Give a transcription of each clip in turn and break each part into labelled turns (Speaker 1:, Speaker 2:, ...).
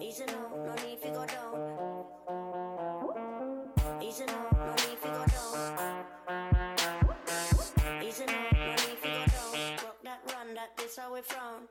Speaker 1: Easy no, no need to go down. Easy no, no need to go down. Easy no, no need to go down. Rock that run, that this how we frown.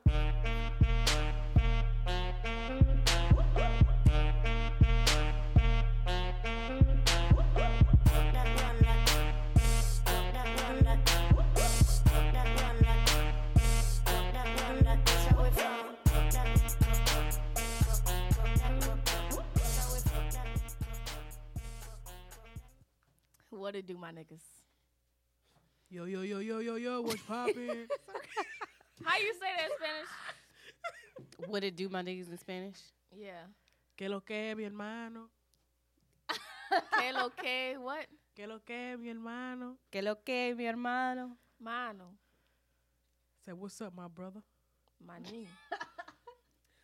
Speaker 2: What it do, my niggas?
Speaker 3: Yo, yo, yo, yo, yo, yo, what's poppin'?
Speaker 4: How you say that in Spanish?
Speaker 2: What it do, my niggas in Spanish?
Speaker 4: Yeah.
Speaker 3: que lo que, mi hermano?
Speaker 4: Que lo que, what?
Speaker 3: Que lo que, mi hermano?
Speaker 2: Que lo que, mi hermano?
Speaker 4: Mano.
Speaker 3: Say, what's up, my brother?
Speaker 4: Manin.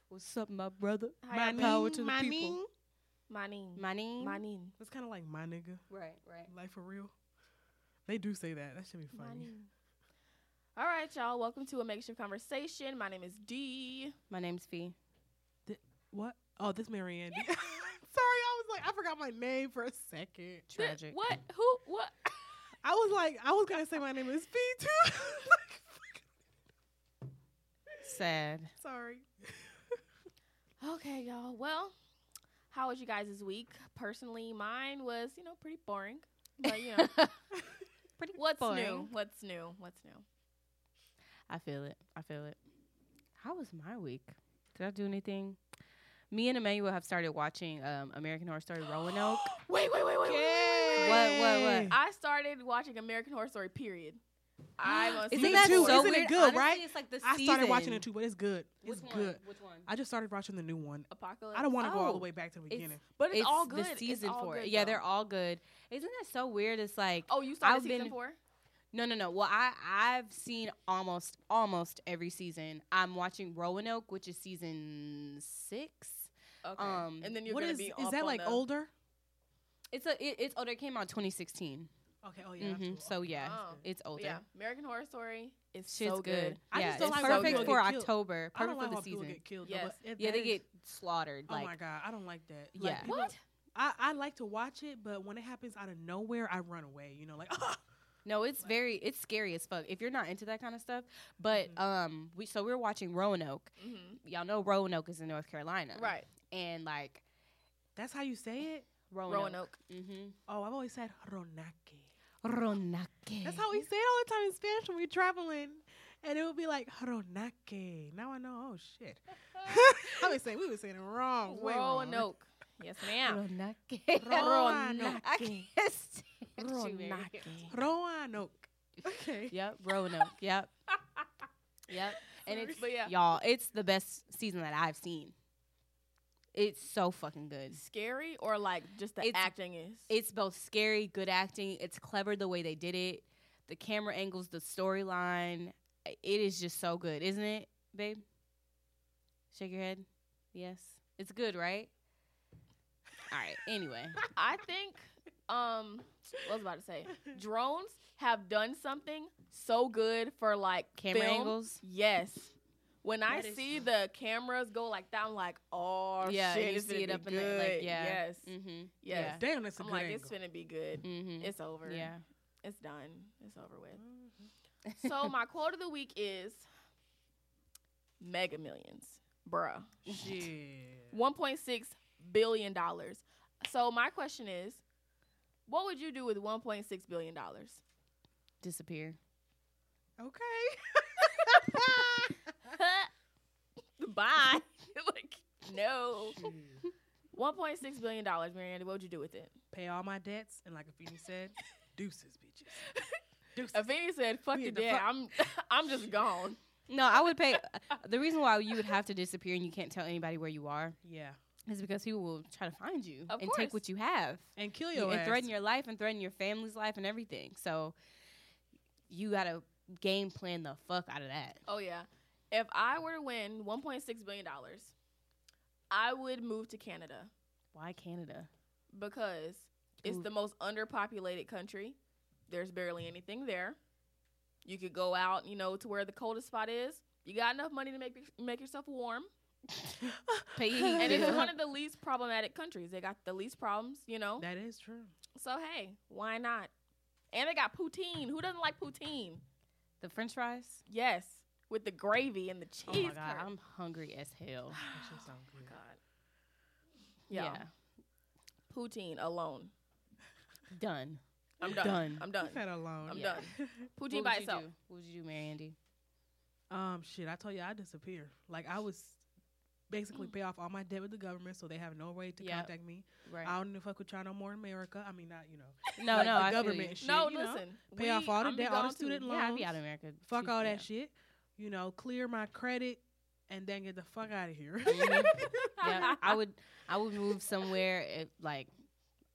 Speaker 2: What's up, my brother?
Speaker 4: Hi,
Speaker 2: My power to the people.
Speaker 4: Manin.
Speaker 2: Manin.
Speaker 4: Manin.
Speaker 3: It's kind of like my nigga,
Speaker 2: Right, right.
Speaker 3: like for real. They do say that. That should be funny.
Speaker 4: Manin. All right, y'all. Welcome to a makeshift conversation. My name is Dee.
Speaker 2: My name's Fee.
Speaker 3: Th- what? Oh, this Mary Andy. Sorry, I was like, I forgot my name for a second.
Speaker 2: Tragic.
Speaker 4: What? Who? What?
Speaker 3: I was like, I was gonna say my name is P too. Like, fuck.
Speaker 2: Sad.
Speaker 3: Sorry.
Speaker 4: Okay, y'all. Well, how was you guys this week? Personally, mine was, you know, pretty boring. But, you know,
Speaker 2: Pretty
Speaker 4: what's new?
Speaker 2: boring.
Speaker 4: What's new? What's new?
Speaker 2: I feel it. I feel it. How was my week? Did I do anything? Me and Emmanuel have started watching um, American Horror Story Roanoke.
Speaker 4: Wait, wait, wait, wait, wait.
Speaker 2: What, what, what?
Speaker 4: I started watching American Horror Story, period. I want to
Speaker 3: Isn't
Speaker 4: see
Speaker 3: Me that too.
Speaker 4: so
Speaker 3: Isn't it good,
Speaker 2: Honestly,
Speaker 3: right?
Speaker 2: It's like the
Speaker 3: I started watching
Speaker 2: season.
Speaker 3: it too, but it's good.
Speaker 2: Which
Speaker 3: it's
Speaker 2: one?
Speaker 3: good.
Speaker 2: Which one?
Speaker 3: I just started watching the new one.
Speaker 4: Apocalypse.
Speaker 3: I don't want to go all the
Speaker 2: Oh,
Speaker 3: way back to the beginning.
Speaker 4: But it's, all good.
Speaker 2: the season
Speaker 4: it's all
Speaker 2: for it.
Speaker 4: good,
Speaker 2: Yeah,
Speaker 4: though.
Speaker 2: they're all good. Isn't that so weird? It's like
Speaker 4: Oh, you started
Speaker 2: I've
Speaker 4: season
Speaker 2: been-
Speaker 4: four?
Speaker 2: no, no, no. Well, I I've seen almost almost every season. I'm watching Roanoke, which is season six.
Speaker 4: Okay.
Speaker 2: Um,
Speaker 4: and then you're
Speaker 3: What
Speaker 4: gonna
Speaker 3: is?
Speaker 4: be
Speaker 3: Is
Speaker 4: up
Speaker 3: that
Speaker 4: on
Speaker 3: like
Speaker 4: the-
Speaker 3: older?
Speaker 2: It's a it, it's older. It came out 2016.
Speaker 3: Okay. Oh yeah. that's
Speaker 2: hmm
Speaker 3: old.
Speaker 2: So yeah,
Speaker 4: Oh.
Speaker 2: it's older.
Speaker 4: Yeah, American Horror Story is
Speaker 2: Shit's
Speaker 4: so good.
Speaker 3: I
Speaker 2: yeah,
Speaker 3: just don't
Speaker 2: it's
Speaker 3: like when
Speaker 2: perfect
Speaker 3: people
Speaker 2: for
Speaker 3: get killed.
Speaker 2: October.
Speaker 3: I don't like
Speaker 2: Perfect for the
Speaker 3: when people
Speaker 2: season.
Speaker 3: get killed.
Speaker 4: Yes.
Speaker 3: Yes.
Speaker 2: yeah, they get slaughtered.
Speaker 3: Oh
Speaker 2: like
Speaker 3: my god, I don't like that.
Speaker 2: Yeah.
Speaker 3: Like, people-
Speaker 4: What?
Speaker 3: I, I like to watch it, but when it happens out of nowhere, I run away. You know, like ah.
Speaker 2: No, it's very it's scary as fuck if you're not into that kind of stuff. But
Speaker 3: Mm-hmm.
Speaker 2: um we so we were watching Roanoke.
Speaker 4: Mm-hmm.
Speaker 2: Y'all know Roanoke is in North Carolina.
Speaker 4: Right.
Speaker 2: And like
Speaker 3: that's how you say it.
Speaker 2: Roanoke.
Speaker 4: Roanoke.
Speaker 2: Mhm.
Speaker 3: Oh, I've always said Ronaki.
Speaker 2: Roanoke.
Speaker 3: That's how we say it all the time in Spanish when we're traveling. And it would be like Ronaki. Now I know. Oh shit. I was saying we were saying it wrong. way wrong.
Speaker 4: Roanoke. yes, ma'am.
Speaker 2: Roanoke.
Speaker 3: Roanoke.
Speaker 2: I can't stand you, Mary.
Speaker 4: Roanoke.
Speaker 3: Roanoke. Okay.
Speaker 2: Yep, Roanoke. Yep. yep. And it's
Speaker 4: But yeah.
Speaker 2: y'all, it's the best season that I've seen. It's so fucking good.
Speaker 4: Scary or like just the
Speaker 2: It's-
Speaker 4: acting is.
Speaker 2: it's both scary, good acting. It's clever the way they did it. The camera angles, the storyline. It is just so good, isn't it, babe? Shake your head. Yes. It's good, right? All right. Anyway.
Speaker 4: I think um what was I about to say? Drones have done something so good for like
Speaker 2: Camera
Speaker 4: film.
Speaker 2: angles?
Speaker 4: Yes. When I
Speaker 2: That is-
Speaker 4: see the cameras go like that, I'm like, oh
Speaker 2: yeah.
Speaker 4: shit,
Speaker 2: and you
Speaker 4: it's
Speaker 2: see
Speaker 4: gonna
Speaker 2: it
Speaker 4: be
Speaker 2: up in
Speaker 4: good.
Speaker 2: the like yeah.
Speaker 4: Yes,
Speaker 2: Mm-hmm.
Speaker 4: yes.
Speaker 3: Damn, that's a
Speaker 4: I'm
Speaker 3: good
Speaker 4: like,
Speaker 3: angle.
Speaker 4: it's gonna be good.
Speaker 2: Mm-hmm.
Speaker 4: It's over.
Speaker 2: Yeah.
Speaker 4: it's done. It's over with. so my quote of the week is Mega Millions, bruh.
Speaker 3: Mm-hmm. Shit.
Speaker 4: $1.6 billion. So my question is, what would you do with $1.6 billion?
Speaker 2: Disappear.
Speaker 3: Okay.
Speaker 4: Bye. like, no. $1.6 billion, Miranda, what would you do with it?
Speaker 3: Pay all my debts and like Afeni said, deuces, bitches. Deuces.
Speaker 4: Avini said, fuck
Speaker 3: We
Speaker 4: your
Speaker 3: in the
Speaker 4: dad.
Speaker 3: fu-
Speaker 4: I'm, I'm just gone.
Speaker 2: No, I would pay. uh, the reason why you would have to disappear and you can't tell anybody where you are
Speaker 3: Yeah.
Speaker 2: is because people will try to find you
Speaker 4: Of
Speaker 2: and
Speaker 4: course.
Speaker 2: take what you have.
Speaker 3: And kill
Speaker 2: you-
Speaker 3: your
Speaker 2: and
Speaker 3: ass.
Speaker 2: threaten your life and threaten your family's life and everything. So you gotta game plan the fuck out of that.
Speaker 4: Oh, yeah. If I were to win $1.6 billion, I would move to Canada.
Speaker 2: Why Canada?
Speaker 4: because it's
Speaker 2: Ooh.
Speaker 4: the most underpopulated country. There's barely anything there. You could go out, you know, to where the coldest spot is. You got enough money to make make yourself warm.
Speaker 2: Paying
Speaker 4: and it's
Speaker 2: attention.
Speaker 4: one of the least problematic countries. They got the least problems, you know.
Speaker 3: That is true.
Speaker 4: So hey, why not? And they got poutine. Who doesn't like poutine?
Speaker 2: the French fries.
Speaker 4: Yes, with the gravy and the cheese.
Speaker 2: Oh my god,
Speaker 4: curd.
Speaker 2: I'm hungry as hell.
Speaker 3: That shit sound good.
Speaker 4: God. Yeah. Poutine alone.
Speaker 2: done.
Speaker 4: I'm done.
Speaker 2: Done.
Speaker 4: I'm
Speaker 3: You
Speaker 4: done.
Speaker 3: said alone.
Speaker 4: I'm
Speaker 2: Yeah.
Speaker 4: done.
Speaker 2: What
Speaker 4: Poutine
Speaker 2: would
Speaker 4: by
Speaker 2: you
Speaker 4: itself.
Speaker 2: do? What would you do, Mary Andy?
Speaker 3: Um, shit, I told you I disappear. Like I was
Speaker 4: Mm.
Speaker 3: basically pay off all my debt with the government, so they have no way to
Speaker 2: Yep.
Speaker 3: contact me.
Speaker 2: Right.
Speaker 3: I don't even fuck with y'all no more in America. I mean, not you know,
Speaker 2: no,
Speaker 3: like
Speaker 2: no,
Speaker 3: the
Speaker 2: I feel
Speaker 3: government
Speaker 2: you.
Speaker 3: and shit.
Speaker 4: no,
Speaker 3: you know?
Speaker 4: listen.
Speaker 3: Pay off all the
Speaker 4: I'm
Speaker 3: debt,
Speaker 4: be
Speaker 3: all the
Speaker 4: gone
Speaker 3: student
Speaker 4: too.
Speaker 3: loans.
Speaker 2: Yeah, I'd be out of America.
Speaker 3: Fuck
Speaker 2: Shoot,
Speaker 3: all
Speaker 2: yeah.
Speaker 3: that shit. You know, clear my credit and then get the fuck out of here.
Speaker 2: yeah, I would. I would move somewhere. If, like,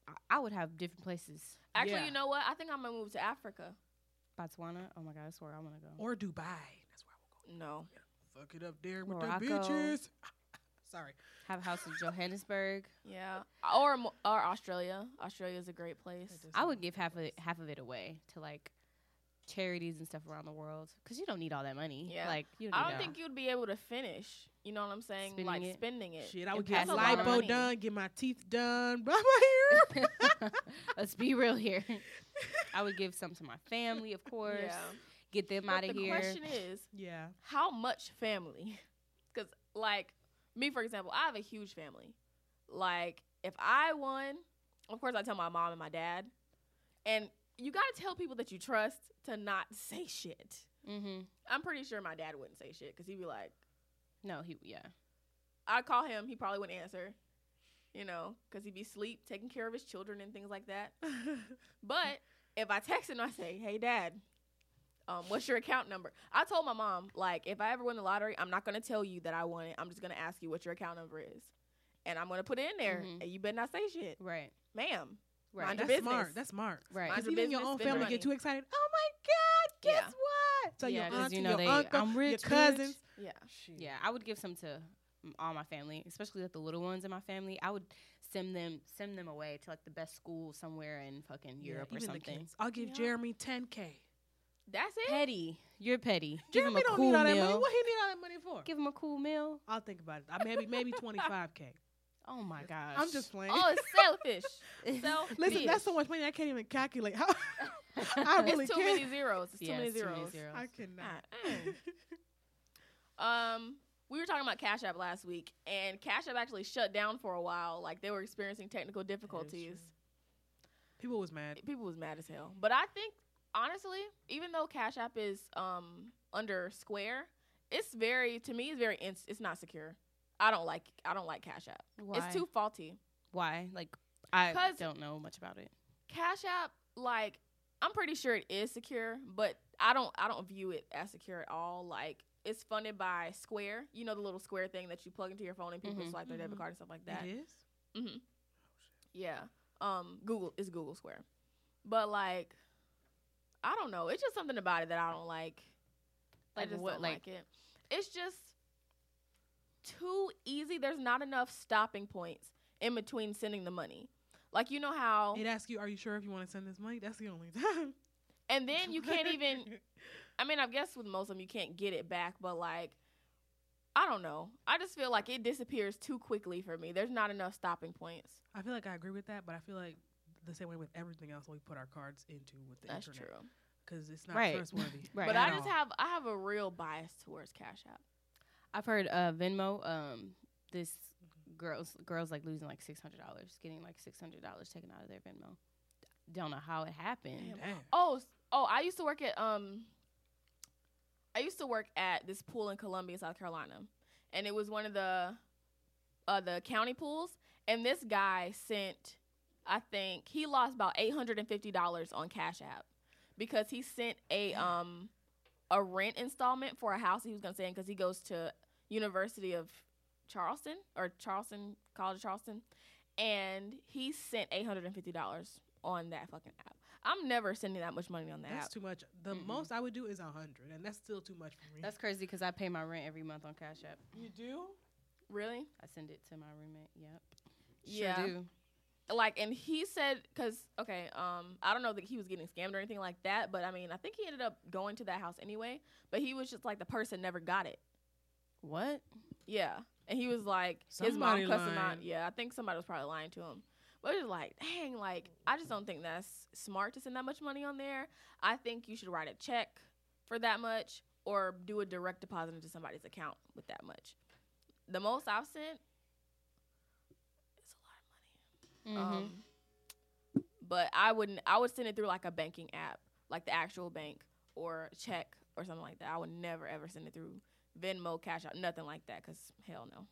Speaker 2: I- I would have different places.
Speaker 4: Actually,
Speaker 3: Yeah.
Speaker 4: you know what? I think I'm gonna move to Africa.
Speaker 2: Botswana. Oh my god, that's where I want to go.
Speaker 3: or Dubai. That's where I
Speaker 4: No.
Speaker 3: will go. Fuck it up there
Speaker 2: Morocco.
Speaker 3: with the bitches. Sorry.
Speaker 2: Have a house in Johannesburg.
Speaker 4: Yeah. Or mo- or Australia. Australia is a great place.
Speaker 2: I would give half of it, half of it away to like charities and stuff around the world because you don't need all that money.
Speaker 4: Yeah.
Speaker 2: Like you don't.
Speaker 4: I
Speaker 2: need
Speaker 4: don't
Speaker 2: all-
Speaker 4: think you'd be able to finish. You know what I'm saying?
Speaker 2: Spending
Speaker 4: like
Speaker 2: it.
Speaker 4: spending it.
Speaker 3: Shit, I
Speaker 2: and
Speaker 3: would get
Speaker 2: pass
Speaker 3: my
Speaker 4: along the
Speaker 3: lipo
Speaker 4: money.
Speaker 3: done, get my teeth done, blow my hair.
Speaker 2: Let's be real here. I would give some to my family, of course.
Speaker 4: Yeah.
Speaker 2: Get them
Speaker 4: But
Speaker 2: out
Speaker 4: the
Speaker 2: of here.
Speaker 4: question is,
Speaker 3: Yeah.
Speaker 4: how much family? Because like me, for example, I have a huge family. Like if I won, of course I tell my mom and my dad, and you gotta tell people that you trust to not say shit.
Speaker 2: mm-hmm.
Speaker 4: I'm pretty sure my dad wouldn't say shit because he'd be like,
Speaker 2: No, he yeah.
Speaker 4: I call him, he probably wouldn't answer, you know, because he'd be asleep taking care of his children and things like that. But if I text him, I say, "Hey, Dad, um, what's your account number?" I told my mom, like, if I ever win the lottery, I'm not gonna tell you that I won it. I'm just gonna ask you what your account number is, and I'm gonna put it in there,
Speaker 2: Mhm.
Speaker 4: and you better not say shit,
Speaker 2: Right.
Speaker 4: ma'am.
Speaker 2: Right. Oh
Speaker 4: Mind
Speaker 3: That's
Speaker 4: your
Speaker 3: smart.
Speaker 4: business.
Speaker 3: That's smart.
Speaker 2: right.
Speaker 4: Mind
Speaker 3: Because
Speaker 4: your
Speaker 3: even your
Speaker 4: business,
Speaker 3: own
Speaker 4: spend
Speaker 3: family
Speaker 4: your
Speaker 3: get
Speaker 4: money.
Speaker 3: too excited. Oh my God, guess
Speaker 4: Yeah.
Speaker 3: what? So
Speaker 2: Yeah,
Speaker 3: your
Speaker 2: 'cause
Speaker 3: auntie,
Speaker 2: you know
Speaker 3: your
Speaker 2: they-
Speaker 3: uncle,
Speaker 2: I'm
Speaker 3: your
Speaker 2: rich, bitch.
Speaker 3: cousins.
Speaker 4: Yeah,
Speaker 3: Shit.
Speaker 2: Yeah, I would give some to m- all my family, especially like the little ones in my family. I would send them send them away to like the best school somewhere in fucking
Speaker 3: Yeah,
Speaker 2: Europe or
Speaker 3: even the
Speaker 2: something.
Speaker 3: kids. I'll give
Speaker 4: Yeah.
Speaker 3: Jeremy 10K.
Speaker 4: that's it.
Speaker 2: Petty, you're petty. Give him
Speaker 3: Jeremy
Speaker 2: a
Speaker 3: don't
Speaker 2: cool
Speaker 3: need all that money.
Speaker 2: meal.
Speaker 3: What he need all that money for?
Speaker 2: Give him a cool meal.
Speaker 3: I'll think about it. I maybe maybe 25K.
Speaker 2: Oh my gosh.
Speaker 3: I'm just playing.
Speaker 4: Oh, it's selfish. selfish.
Speaker 3: Listen, that's so much money I can't even calculate. How I
Speaker 2: I
Speaker 3: really
Speaker 4: it's too
Speaker 3: can't.
Speaker 4: many zeros. Ah, mm, It's
Speaker 2: yeah,
Speaker 4: too many
Speaker 2: it's
Speaker 4: zeros.
Speaker 3: I cannot.
Speaker 4: God, Um, we were talking about Cash App last week, and Cash App actually shut down for a while. Like they were experiencing technical difficulties.
Speaker 3: People was mad.
Speaker 4: people was mad as hell. But I think honestly, even though Cash App is um under Square, it's very to me it's very ins- it's not secure. I don't like I don't like Cash App.
Speaker 2: Why?
Speaker 4: It's too faulty.
Speaker 2: Why? Like I
Speaker 4: 'Cause-
Speaker 2: don't know much about it.
Speaker 4: Cash App like I'm pretty sure it is secure, but I don't I don't view it as secure at all. Like it's funded by Square, you know the little Square thing that you plug into your phone and people
Speaker 2: Mhm.
Speaker 4: swipe their
Speaker 3: Mhm.
Speaker 4: debit card and stuff like that.
Speaker 3: It is.
Speaker 4: Yeah. Um, Google is Google Square. But like I don't know. It's just something about it that I don't like. I
Speaker 2: Like
Speaker 4: just
Speaker 2: what-
Speaker 4: don't
Speaker 2: like-
Speaker 4: like, it. It's just too easy. There's not enough stopping points in between sending the money. Like you know how
Speaker 3: It asks you, are you sure if you want to send this money? That's the only time.
Speaker 4: and then you can't even I mean, I guess with most of them you can't get it back, but like I don't know. I just feel like it disappears too quickly for me. There's not enough stopping points.
Speaker 3: I feel like I agree with that, but I feel like the same way with everything else we put our cards into with the
Speaker 4: That's
Speaker 3: internet.
Speaker 4: true.
Speaker 3: Because it's not
Speaker 2: Right.
Speaker 3: trustworthy.
Speaker 2: Right.
Speaker 4: But
Speaker 3: at
Speaker 4: I just
Speaker 3: all.
Speaker 4: have I have a real bias towards Cash App.
Speaker 2: I've heard uh, Venmo. Um, this girls girls like losing like six hundred dollars, getting like six hundred dollars taken out of their Venmo. Don't know how it happened.
Speaker 4: Damn.
Speaker 3: Damn.
Speaker 4: Oh, s- oh, I used to work at um I used to work at this pool in Columbia, South Carolina. And it was one of the uh the county pools and this guy sent I think he lost about $850 on Cash App because he sent a um a rent installment for a house he was going to stay in cuz he goes to University of Charleston or Charleston College of Charleston and he sent $850 on that fucking app. I'm never sending that much money on that
Speaker 3: That's
Speaker 4: app.
Speaker 3: too much. The
Speaker 2: Mm-mm.
Speaker 3: most I would do is a 100, and that's still too much for me.
Speaker 2: That's crazy because I pay my rent every month on Cash App.
Speaker 3: you do?
Speaker 4: Really?
Speaker 2: I send it to my roommate. Yep.
Speaker 4: Yeah.
Speaker 2: Sure do.
Speaker 4: like and he said because okay um i don't know that he was getting scammed or anything like that but i mean i think he ended up going to that house anyway but he was just like the person never got it
Speaker 2: What?
Speaker 4: yeah and he was like, his
Speaker 3: Somebody
Speaker 4: mom cussed him out.
Speaker 3: lying.
Speaker 4: Yeah, I think somebody was probably lying to him. But it's like, dang, like I just don't think that's smart to send that much money on there. I think you should write a check for that much or do a direct deposit into somebody's account with that much. The most I've sent is a lot of money.
Speaker 2: Mm-hmm.
Speaker 4: Um, but I wouldn't. I would send it through like a banking app, like the actual bank or check or something like that. I would never ever send it through Venmo, Cash App, nothing like that. Cause hell no.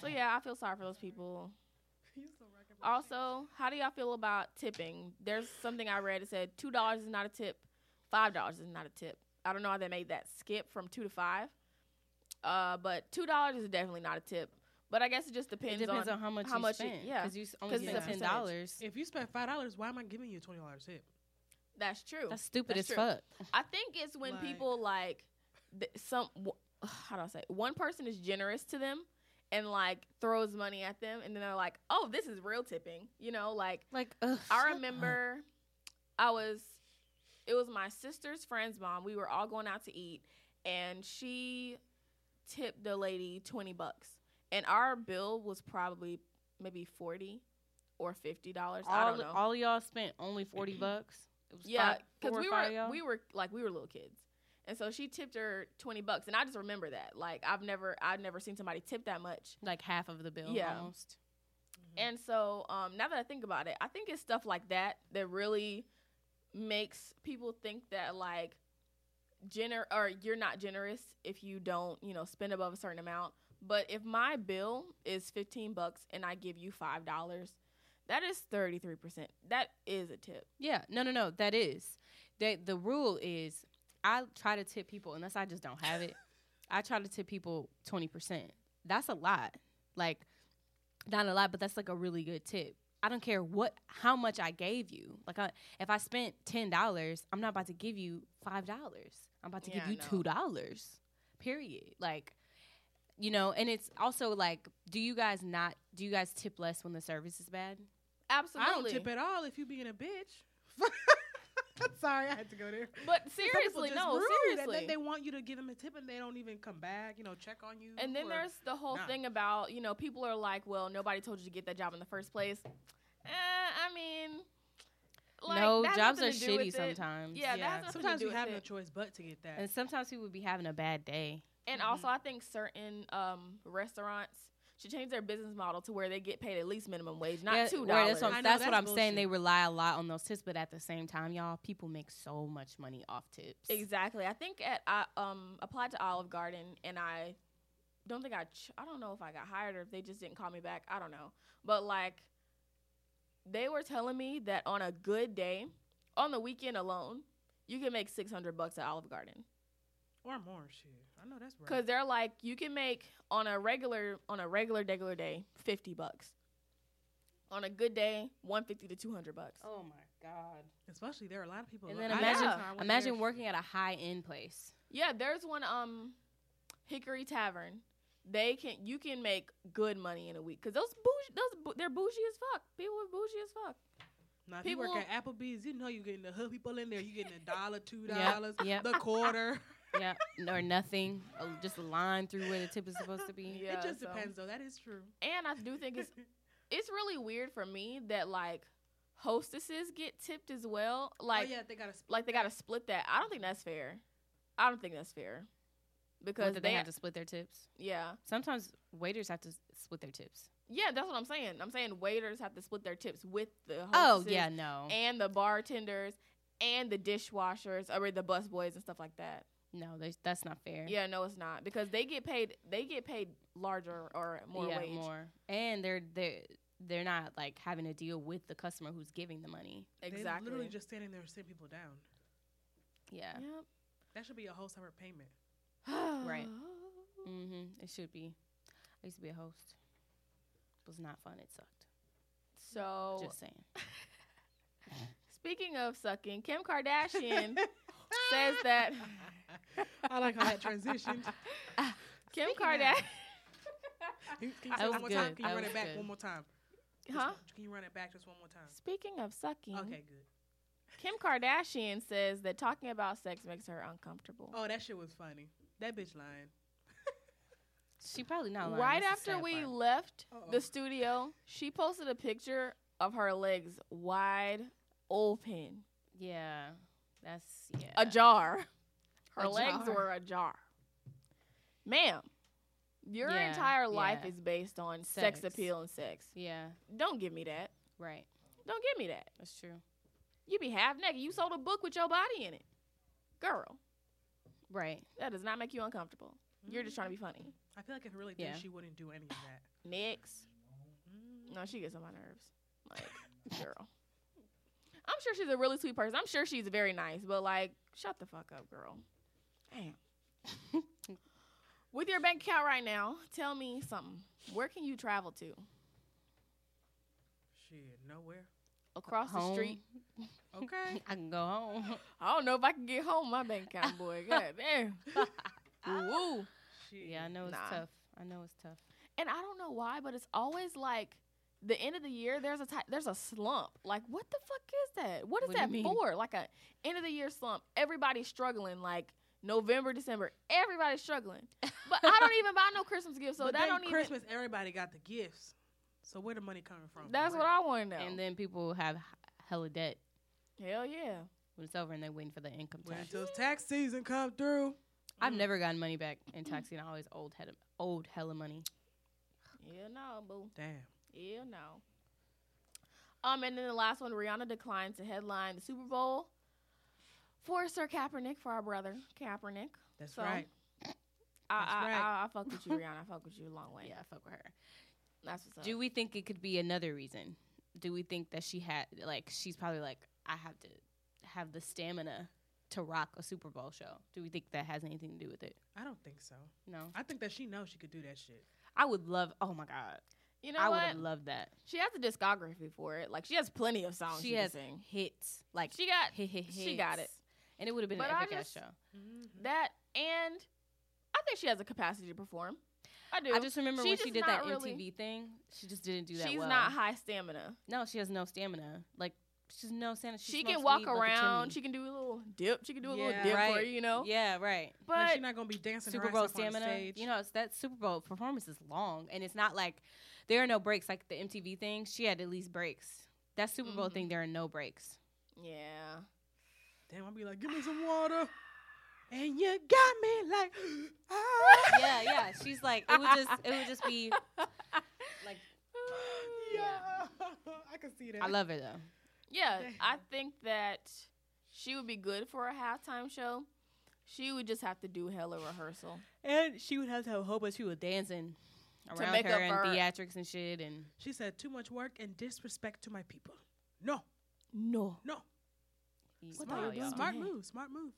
Speaker 4: So yeah, I feel sorry for those people. Also, how do y'all feel about tipping? There's something I read. It said two dollars is not a tip, five dollars is not a tip. I don't know how they made that skip from two to five. Uh, but two dollars is definitely not a tip. But I guess it just
Speaker 2: It
Speaker 4: depends,
Speaker 2: depends
Speaker 4: on,
Speaker 2: on, how much
Speaker 4: how
Speaker 2: you
Speaker 4: much you-
Speaker 2: spent.
Speaker 4: yeah,
Speaker 2: because you s- only
Speaker 4: 'cause
Speaker 2: spent
Speaker 3: it's a
Speaker 2: ten
Speaker 4: percentage.
Speaker 2: dollars.
Speaker 3: If you spend five dollars, why am I giving you a twenty dollars tip?
Speaker 4: that's true.
Speaker 2: That's stupid
Speaker 4: That's
Speaker 2: as
Speaker 4: true.
Speaker 2: fuck.
Speaker 4: I think it's when
Speaker 3: Like-
Speaker 4: people like th- some w- how do I say it? one person is generous to them and like throws money at them and then they're like, "Oh, this is real tipping." You know, like
Speaker 2: Like ugh, shut
Speaker 4: I
Speaker 2: up.
Speaker 4: remember I was it was my sister's friend's mom. We were all going out to eat and she tipped the lady 20 bucks. And our bill was probably maybe 40 or 50 dollars. I don't
Speaker 2: all
Speaker 4: know.
Speaker 2: all y'all spent only forty bucks. It was
Speaker 4: Yeah,
Speaker 2: five-
Speaker 4: because
Speaker 2: four or
Speaker 4: we
Speaker 2: five
Speaker 4: were
Speaker 2: of y'all?
Speaker 4: we were like we were little kids, and so she tipped her twenty bucks, and I just remember that. Like I've never I've never seen somebody tip that much,
Speaker 2: like half of the bill.
Speaker 4: Yeah.
Speaker 2: almost. Mm-hmm.
Speaker 4: and so um, now that I think about it, I think it's stuff like that that really makes people think that like gener or you're not generous if you don't you know spend above a certain amount. But if my bill is fifteen bucks and I give you five dollars, that is thirty three percent. That is a tip.
Speaker 2: Yeah, no, no, no. That is that the rule is. I try to tip people unless I just don't have it. I try to tip people twenty percent. That's a lot. Like not a lot, but that's like a really good tip. I don't care what how much I gave you. Like I, if I spent ten dollars, I'm not about to give you five dollars. I'm about to
Speaker 4: Yeah,
Speaker 2: give you
Speaker 4: I know.
Speaker 2: two dollars. Period. Like you know, and it's also like, do you guys not do you guys tip less when the service is bad?
Speaker 4: Absolutely.
Speaker 3: I don't tip at all if you being a bitch. Sorry, I had to go there.
Speaker 4: But
Speaker 3: Some people
Speaker 4: seriously,
Speaker 3: just
Speaker 4: no,
Speaker 3: rude, and
Speaker 4: seriously.
Speaker 3: then they want you to give them a tip, and they don't even come back. You know, check on you.
Speaker 4: And then
Speaker 3: or-
Speaker 4: there's the whole
Speaker 3: nah.
Speaker 4: thing about, you know, people are like, well, nobody told you to get that job in the first place. Uh, I mean, like,
Speaker 2: no,
Speaker 4: that has
Speaker 2: jobs
Speaker 4: nothing
Speaker 2: are
Speaker 4: to do with
Speaker 2: shitty
Speaker 4: it.
Speaker 2: sometimes.
Speaker 4: Yeah, that has nothing
Speaker 3: sometimes
Speaker 4: to do
Speaker 3: you
Speaker 4: with
Speaker 3: have
Speaker 4: it.
Speaker 3: no choice but to get that.
Speaker 2: And sometimes people be having a bad day.
Speaker 4: And
Speaker 3: Mhm.
Speaker 4: also, I think certain um, restaurants should change their business model to where they get paid at least minimum wage, not
Speaker 2: Yeah,
Speaker 4: two
Speaker 2: right,
Speaker 4: dollars.
Speaker 2: That's what,
Speaker 3: I
Speaker 2: I'm-
Speaker 3: know,
Speaker 2: that's what
Speaker 3: that's
Speaker 2: I'm saying. They
Speaker 3: bullshit.
Speaker 2: rely a lot on those tips, but at the same time, y'all, people make so much money off tips.
Speaker 4: Exactly. I think at I um applied to Olive Garden and I don't think I ch- I don't know if I got hired or if they just didn't call me back. I don't know. But like they were telling me that on a good day, on the weekend alone, you can make 600 bucks at Olive Garden.
Speaker 3: or more shit. I know that's right.
Speaker 4: Cuz they're like you can make on a regular on a regular regular day 50 bucks. On a good day, 150 to 200 bucks.
Speaker 2: Oh my god!
Speaker 3: Especially there are a lot of people.
Speaker 2: And
Speaker 3: I
Speaker 2: then
Speaker 3: know
Speaker 2: imagine-
Speaker 3: that's how I went
Speaker 2: Imagine
Speaker 3: there.
Speaker 2: working at a high end place.
Speaker 4: Yeah, there's one um Hickory Tavern. They can you can make good money in a week because those bougie, those bou- they're bougie as fuck. People are bougie as fuck.
Speaker 3: Now, if you work
Speaker 4: people-
Speaker 3: at Applebee's, you know you're getting the hood people in there. You're getting a dollar, two
Speaker 2: Yep,
Speaker 3: dollars,
Speaker 2: yep.
Speaker 3: the quarter.
Speaker 2: yeah, or nothing, or just a line through where the tip is supposed to be.
Speaker 4: Yeah,
Speaker 3: it just
Speaker 4: so-
Speaker 3: depends, though. That is true. Oh,
Speaker 4: And I do think it's it's really weird for me that like hostesses get tipped as well. Like
Speaker 3: oh, yeah, they got to split.
Speaker 4: like they got to split that. I don't think that's fair. I don't think that's fair
Speaker 2: Because
Speaker 4: because
Speaker 2: they,
Speaker 4: they
Speaker 2: have to split their tips.
Speaker 4: yeah
Speaker 2: Sometimes waiters have to s- split their tips.
Speaker 4: yeah that's what I'm saying. I'm saying waiters have to split their tips with the hostesses
Speaker 2: Oh yeah, no,
Speaker 4: and the bartenders and the dishwashers or the busboys and stuff like that.
Speaker 2: no, they, that's not fair.
Speaker 4: Yeah, no, it's not because they get paid. They get paid larger or more
Speaker 2: yeah,
Speaker 4: wage.
Speaker 2: more, and they're they they're are not like having to deal with the customer who's giving the money.
Speaker 4: Exactly.
Speaker 3: They literally just standing there sitting people down.
Speaker 2: Yeah,
Speaker 3: That should be a whole separate payment.
Speaker 4: Yep.
Speaker 2: Right. Mm-hmm. It should be. I used to be a host. was not fun. It sucked.
Speaker 4: So
Speaker 2: Just saying.
Speaker 4: speaking of sucking, Kim Kardashian says that
Speaker 3: I like how that transitioned.
Speaker 4: Kim
Speaker 3: Speaking of-
Speaker 4: Kardashian,
Speaker 3: Can you, can
Speaker 2: That
Speaker 3: you say it
Speaker 2: was
Speaker 3: one more time? Can
Speaker 2: good.
Speaker 3: you
Speaker 2: That
Speaker 3: run
Speaker 2: was
Speaker 3: it back
Speaker 2: good.
Speaker 3: one more time? Just
Speaker 4: huh?
Speaker 3: one- Can you run it back just one more time?
Speaker 4: Speaking of sucking,
Speaker 3: Okay, good.
Speaker 4: Kim Kardashian says that talking about sex makes her uncomfortable.
Speaker 3: Oh, that shit was funny. That bitch lying.
Speaker 2: She probably not lying.
Speaker 4: right
Speaker 2: That's the
Speaker 4: after
Speaker 2: sad
Speaker 4: we
Speaker 2: part.
Speaker 4: left
Speaker 3: Uh-oh.
Speaker 4: the studio, she posted a picture of her legs wide open,
Speaker 2: Yeah, that's yeah.
Speaker 4: ajar. Her legs
Speaker 2: Ajar.
Speaker 4: were ajar. Ma'am, your
Speaker 2: Yeah,
Speaker 4: entire life
Speaker 2: yeah.
Speaker 4: is based on sex.
Speaker 2: Sex.
Speaker 4: appeal and sex.
Speaker 2: Yeah,
Speaker 4: Don't give me that.
Speaker 2: right.
Speaker 4: Don't give me that.
Speaker 2: That's true.
Speaker 4: You be half naked. You sold a book with your body in it. Girl,
Speaker 2: Right.
Speaker 4: that does not make you uncomfortable. You're just trying to be funny.
Speaker 3: Mm. I feel like if it really
Speaker 2: Yeah.
Speaker 3: did, she wouldn't do any of that.
Speaker 4: Next.
Speaker 3: Mm.
Speaker 4: No, she gets on my nerves. Like, girl. I'm sure she's a really sweet person. I'm sure she's very nice, but like, shut the fuck up, girl. Damn. With your bank account right now, tell me something. Where can you travel to?
Speaker 3: Shit, nowhere.
Speaker 4: Across the
Speaker 2: Home.
Speaker 4: street?
Speaker 3: Okay.
Speaker 2: I can go home.
Speaker 4: I don't know if I can get home. My bank account, boy. God damn. Woo.
Speaker 3: Ah. Shit.
Speaker 2: yeah, I know it's
Speaker 4: Nah.
Speaker 2: tough. I know it's tough.
Speaker 4: And I don't know why, but it's always like the end of the year. There's a ti there's a slump. Like what the fuck is that? What is
Speaker 2: What do you
Speaker 4: that
Speaker 2: mean?
Speaker 4: for? Like a end of the year slump. Everybody's struggling. Like November, December, everybody's struggling. But I don't even buy no Christmas gifts, so
Speaker 3: but
Speaker 4: that
Speaker 3: then
Speaker 4: don't
Speaker 3: Christmas, everybody got the gifts. So where the money coming from?
Speaker 4: even. That's what I want to know.
Speaker 2: And then people have h- hella debt
Speaker 4: Hell yeah.
Speaker 2: when it's over, and they're waiting for the income
Speaker 3: Wait
Speaker 2: tax.
Speaker 3: until tax season come through.
Speaker 2: I've
Speaker 4: Mm-hmm.
Speaker 3: Mm.
Speaker 2: never gotten money back in tax, and I always old head old hella money.
Speaker 4: Yeah, no, boo.
Speaker 3: Damn.
Speaker 4: Yeah, no. Um, and then the last one, Rihanna declined to headline the Super Bowl for Sir Kaepernick for our brother Kaepernick.
Speaker 3: That's
Speaker 4: So,
Speaker 3: right.
Speaker 4: I,
Speaker 3: That's
Speaker 4: I,
Speaker 3: right.
Speaker 4: I, I fuck with you, Rihanna. I fuck with you a long way.
Speaker 2: Yeah, I fuck with her.
Speaker 4: That's what's up.
Speaker 2: Do we think it could be another reason? Do we think that she had like she's probably like I have to have the stamina to rock a Super Bowl show? Do we think that has anything to do with it?
Speaker 3: I don't think so.
Speaker 2: No.
Speaker 3: I think that she knows she could do that shit.
Speaker 2: I would love. Oh my god,
Speaker 4: you know
Speaker 2: I would
Speaker 4: what?
Speaker 2: have loved that.
Speaker 4: she has a discography for it. Like she has plenty of songs she,
Speaker 2: she, has
Speaker 4: can sing.
Speaker 2: hits like
Speaker 4: She got
Speaker 2: hit, hit,
Speaker 4: she got
Speaker 2: hits. and it would have been
Speaker 4: But
Speaker 2: an
Speaker 4: I
Speaker 2: epic ass
Speaker 4: just-
Speaker 2: show.
Speaker 3: Mm-hmm.
Speaker 4: that, and I think she has a capacity to perform. I do.
Speaker 2: I just remember
Speaker 4: She
Speaker 2: when she
Speaker 4: just
Speaker 2: did
Speaker 4: not
Speaker 2: that
Speaker 4: really-
Speaker 2: MTV thing. She just didn't do that.
Speaker 4: she's
Speaker 2: well.
Speaker 4: not high stamina.
Speaker 2: No, she has no stamina. Like she's no stamina.
Speaker 4: She, can walk around. She can do a little dip. She can do a little
Speaker 3: Yeah.
Speaker 4: dip for
Speaker 2: Right.
Speaker 4: you, you know.
Speaker 2: yeah, right.
Speaker 3: But
Speaker 4: But
Speaker 3: she's not gonna be dancing
Speaker 2: Super
Speaker 3: her
Speaker 2: Bowl
Speaker 3: ass off on
Speaker 2: stamina.
Speaker 3: stage.
Speaker 2: You know, it's that Super Bowl performance is long, and it's not like there are no breaks like the MTV thing. She had at least breaks. That Super Bowl
Speaker 4: Mhm.
Speaker 2: thing, there are no breaks.
Speaker 4: yeah,
Speaker 3: Damn, I'll be like, give me some water. And you got me like, ah.
Speaker 2: yeah, yeah. She's like, it would just, it would just be like,
Speaker 3: yeah. I can see that.
Speaker 2: I love her though.
Speaker 4: yeah.
Speaker 3: Damn.
Speaker 4: I think that she would be good for a halftime show. She would just have to do hella rehearsal.
Speaker 2: And she would have to have a whole bunch of people dancing
Speaker 4: To
Speaker 2: around
Speaker 4: make
Speaker 2: her
Speaker 4: up
Speaker 2: and
Speaker 4: for-
Speaker 2: theatrics and shit. And
Speaker 3: She said, too much work and disrespect to my people. No,
Speaker 4: No.
Speaker 3: no.
Speaker 4: What
Speaker 2: Wow,
Speaker 4: the
Speaker 3: Smart,
Speaker 4: hell, y'all?
Speaker 3: smart move, smart move.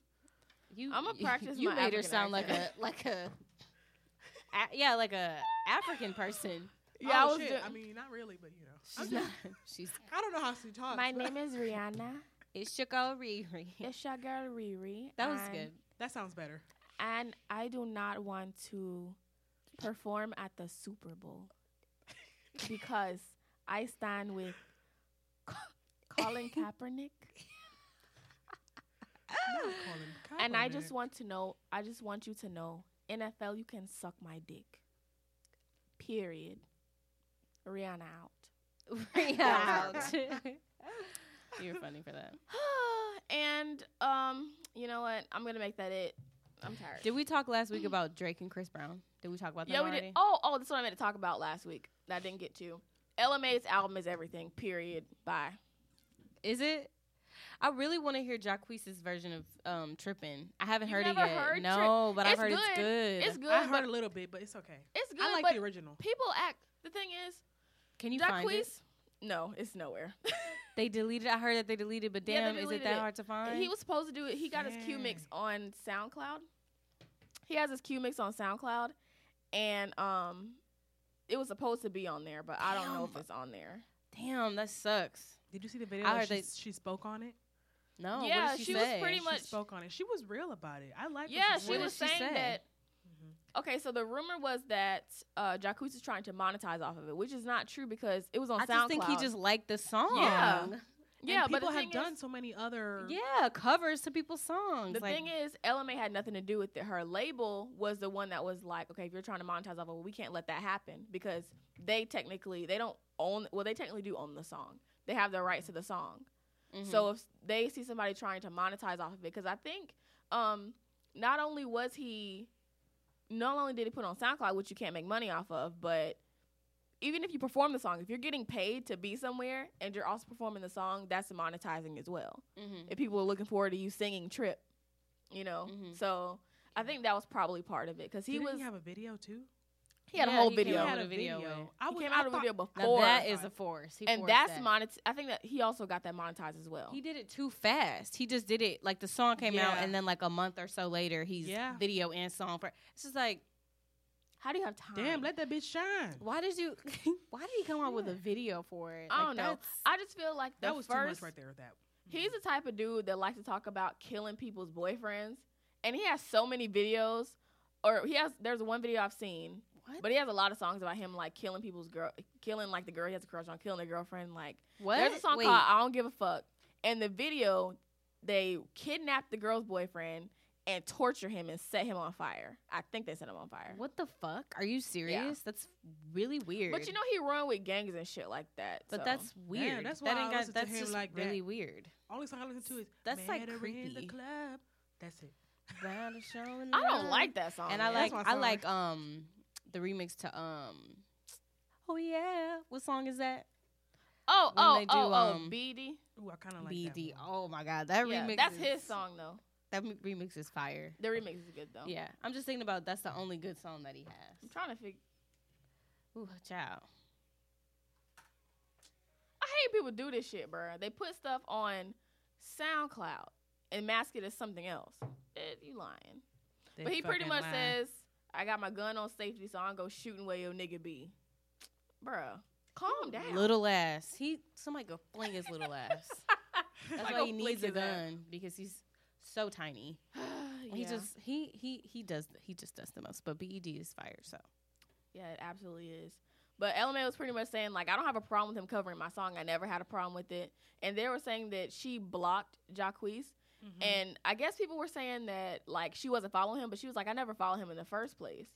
Speaker 2: You,
Speaker 4: I'ma practice
Speaker 2: You
Speaker 4: my
Speaker 2: made her
Speaker 4: African
Speaker 2: sound
Speaker 4: accent.
Speaker 2: like a like a, a- yeah, like a African person.
Speaker 4: Yeah,
Speaker 3: Oh,
Speaker 4: I was.
Speaker 3: shit.
Speaker 4: do-
Speaker 3: I mean, not really, but you know.
Speaker 2: She's not. She's
Speaker 3: I don't know how she talks.
Speaker 4: My
Speaker 3: but
Speaker 4: name is Rihanna.
Speaker 2: it's your girl Riri.
Speaker 4: It's your girl Riri.
Speaker 2: That was
Speaker 4: and-
Speaker 2: good.
Speaker 3: That sounds better.
Speaker 4: And I do not want to perform at the Super Bowl because I stand with Colin Kaepernick.
Speaker 3: Not calling Kaepernick.
Speaker 4: and I just want to know, I just want you to know, NFL, you can suck my dick. Period. Rihanna out.
Speaker 2: Yeah. You're funny for that.
Speaker 4: and um, you know what? I'm gonna make that it. I'm tired.
Speaker 2: Did we talk last week about Drake and Chris Brown? Did we talk about that?
Speaker 4: Yeah, we
Speaker 2: already?
Speaker 4: did. Oh, oh, that's what I meant to talk about last week that I didn't get to. LMA's album is everything. Period. Bye.
Speaker 2: Is it? I really want to hear Jacquees's version of um, Trippin'. I haven't
Speaker 4: You've
Speaker 2: heard
Speaker 4: never
Speaker 2: it yet.
Speaker 4: heard
Speaker 2: no, but I've
Speaker 4: It's
Speaker 2: heard
Speaker 4: good.
Speaker 2: it's good.
Speaker 4: It's good.
Speaker 3: I heard
Speaker 4: but
Speaker 3: a little bit, but it's okay.
Speaker 4: it's good,
Speaker 3: I like
Speaker 4: but
Speaker 3: the original.
Speaker 4: people act. The thing is,
Speaker 2: Can you find it?
Speaker 4: Jacquees. No, it's nowhere.
Speaker 2: They deleted. I heard that they deleted, but
Speaker 4: Yeah, they
Speaker 2: damn, is it
Speaker 4: deleted
Speaker 2: that
Speaker 4: it.
Speaker 2: hard to find?
Speaker 4: he was supposed to do it. He got his Q mix on SoundCloud. He has his Q mix on SoundCloud, and um, it was supposed to be on there, but I don't know if
Speaker 2: Damn.
Speaker 4: it's on there.
Speaker 2: damn, that sucks.
Speaker 3: Did you see the video?
Speaker 2: I
Speaker 3: that
Speaker 2: heard
Speaker 3: she,
Speaker 2: they-
Speaker 3: she spoke on it.
Speaker 2: No,
Speaker 4: yeah,
Speaker 2: what did she,
Speaker 4: she
Speaker 2: say?
Speaker 4: was pretty
Speaker 2: She-
Speaker 4: much.
Speaker 3: She spoke on it. She was real about it. I like.
Speaker 4: Yeah,
Speaker 3: what
Speaker 4: she
Speaker 2: What
Speaker 3: said.
Speaker 2: did
Speaker 4: was
Speaker 2: she
Speaker 4: saying
Speaker 2: say?
Speaker 4: that.
Speaker 3: Mhm.
Speaker 4: Okay, so the rumor was that uh, Jacquees is trying to monetize off of it, which is not true because it was on
Speaker 2: I
Speaker 4: SoundCloud.
Speaker 2: just think he just liked the song.
Speaker 3: And
Speaker 4: Yeah, but
Speaker 3: people
Speaker 4: the
Speaker 3: have
Speaker 4: thing
Speaker 3: done
Speaker 4: is-
Speaker 3: so many other.
Speaker 2: Yeah, covers to people's songs.
Speaker 4: The
Speaker 2: like,
Speaker 4: thing is, LMA had nothing to do with it. Her label was the one that was like, okay, if you're trying to monetize off of it, we can't let that happen because they technically they don't own. Well, they technically do own the song. They have the rights to the song.
Speaker 3: Mm-hmm.
Speaker 2: Mhm.
Speaker 4: So if they see somebody trying to monetize off of it, because I think um, not only was he, not only did he put it on SoundCloud, which you can't make money off of, but even if you perform the song, if you're getting paid to be somewhere and you're also performing the song, that's monetizing as well.
Speaker 2: Mhm.
Speaker 4: If people are looking forward to you singing Trip, you know,
Speaker 2: Mhm.
Speaker 4: so I think that was probably part of it because he
Speaker 3: Didn't
Speaker 4: was
Speaker 3: he have a video too?
Speaker 4: he had a
Speaker 2: Yeah,
Speaker 4: whole
Speaker 2: he came
Speaker 4: video.
Speaker 2: out
Speaker 4: He,
Speaker 2: with a video with-
Speaker 3: I was,
Speaker 4: came
Speaker 3: I
Speaker 4: out with a
Speaker 3: thought-
Speaker 4: video
Speaker 2: now
Speaker 4: before,
Speaker 2: that is a force. He
Speaker 4: and
Speaker 2: forced
Speaker 4: that's
Speaker 2: that.
Speaker 4: monet. I think that he also got that monetized as well.
Speaker 2: He did it too fast. He just did it like the song came out,
Speaker 3: Yeah.
Speaker 2: and then like a month or so later, he's
Speaker 3: Yeah.
Speaker 2: video and song for. It's just like,
Speaker 4: How do you have time?
Speaker 3: Damn, let that bitch shine.
Speaker 2: why did you? why did he come out with a
Speaker 3: Yeah.
Speaker 2: video for it?
Speaker 4: I
Speaker 2: Like,
Speaker 4: don't know.
Speaker 2: that's-
Speaker 4: I just feel like the
Speaker 3: That was too much
Speaker 4: first,
Speaker 3: right there. That
Speaker 4: He's the type of dude that likes to talk about killing people's boyfriends, and he has so many videos. Or he has. There's one video I've seen,
Speaker 2: What?
Speaker 4: but he has a lot of songs about him like killing people's girl, killing like the girl he has a crush on, killing their girlfriend. Like
Speaker 2: what?
Speaker 4: there's a song
Speaker 2: Wait,
Speaker 4: called "I Don't Give a Fuck," and the video they kidnap the girl's boyfriend and torture him and set him on fire. I think they set him on fire.
Speaker 2: What the fuck? Are you serious? That's really weird.
Speaker 4: But you know he run with gangs and shit like that.
Speaker 2: but
Speaker 4: so.
Speaker 2: that's weird.
Speaker 3: that's
Speaker 2: that
Speaker 3: why I
Speaker 2: ain't got,
Speaker 3: listen to
Speaker 2: that's
Speaker 3: him
Speaker 2: just
Speaker 3: like that.
Speaker 2: really weird.
Speaker 3: only song I listen to is
Speaker 2: That's, like,
Speaker 3: "Met her in the
Speaker 2: creepy.
Speaker 3: club. That's it.
Speaker 4: I don't like that song.
Speaker 2: And I
Speaker 4: man.
Speaker 2: like
Speaker 3: That's my
Speaker 2: I
Speaker 3: song.
Speaker 2: like um the remix to um oh yeah what song is that
Speaker 4: oh
Speaker 2: when
Speaker 4: oh
Speaker 2: they do,
Speaker 4: oh oh
Speaker 2: um,
Speaker 4: BD.
Speaker 3: Ooh, I kind of like
Speaker 2: BD
Speaker 3: that. one.
Speaker 2: oh my god that
Speaker 4: Yeah,
Speaker 2: remix
Speaker 4: that's
Speaker 2: is-
Speaker 4: his song though.
Speaker 2: that m- remix is fire
Speaker 4: The remix is good though.
Speaker 2: yeah I'm just thinking about that's the only good song that he
Speaker 4: I'm
Speaker 2: has
Speaker 4: trying to figure.
Speaker 2: ooh child
Speaker 4: I hate people do this shit, bruh. They put stuff on SoundCloud and mask it as something else. Eh, you lying?
Speaker 3: They
Speaker 4: but he pretty
Speaker 3: fucking
Speaker 4: much
Speaker 3: lying.
Speaker 4: says, "I got my gun on safety, so I don't go shooting where your nigga be." Bruh, calm down.
Speaker 2: little ass he somebody go fling his little ass that's
Speaker 4: Like,
Speaker 2: why
Speaker 4: go
Speaker 2: he
Speaker 4: flick
Speaker 2: needs a
Speaker 4: his ass.
Speaker 2: gun because he's so tiny he
Speaker 4: Yeah.
Speaker 2: just he he he does he just does the most but BED is fire so
Speaker 4: Yeah, it absolutely is. But LMA was pretty much saying like I don't have a problem with him covering my song. I never had a problem with it. And they were saying that she blocked Jacquees.
Speaker 2: Mm-hmm.
Speaker 3: Mhm.
Speaker 4: And I guess people were saying that like she wasn't following him, but she was like I never followed him in the first place.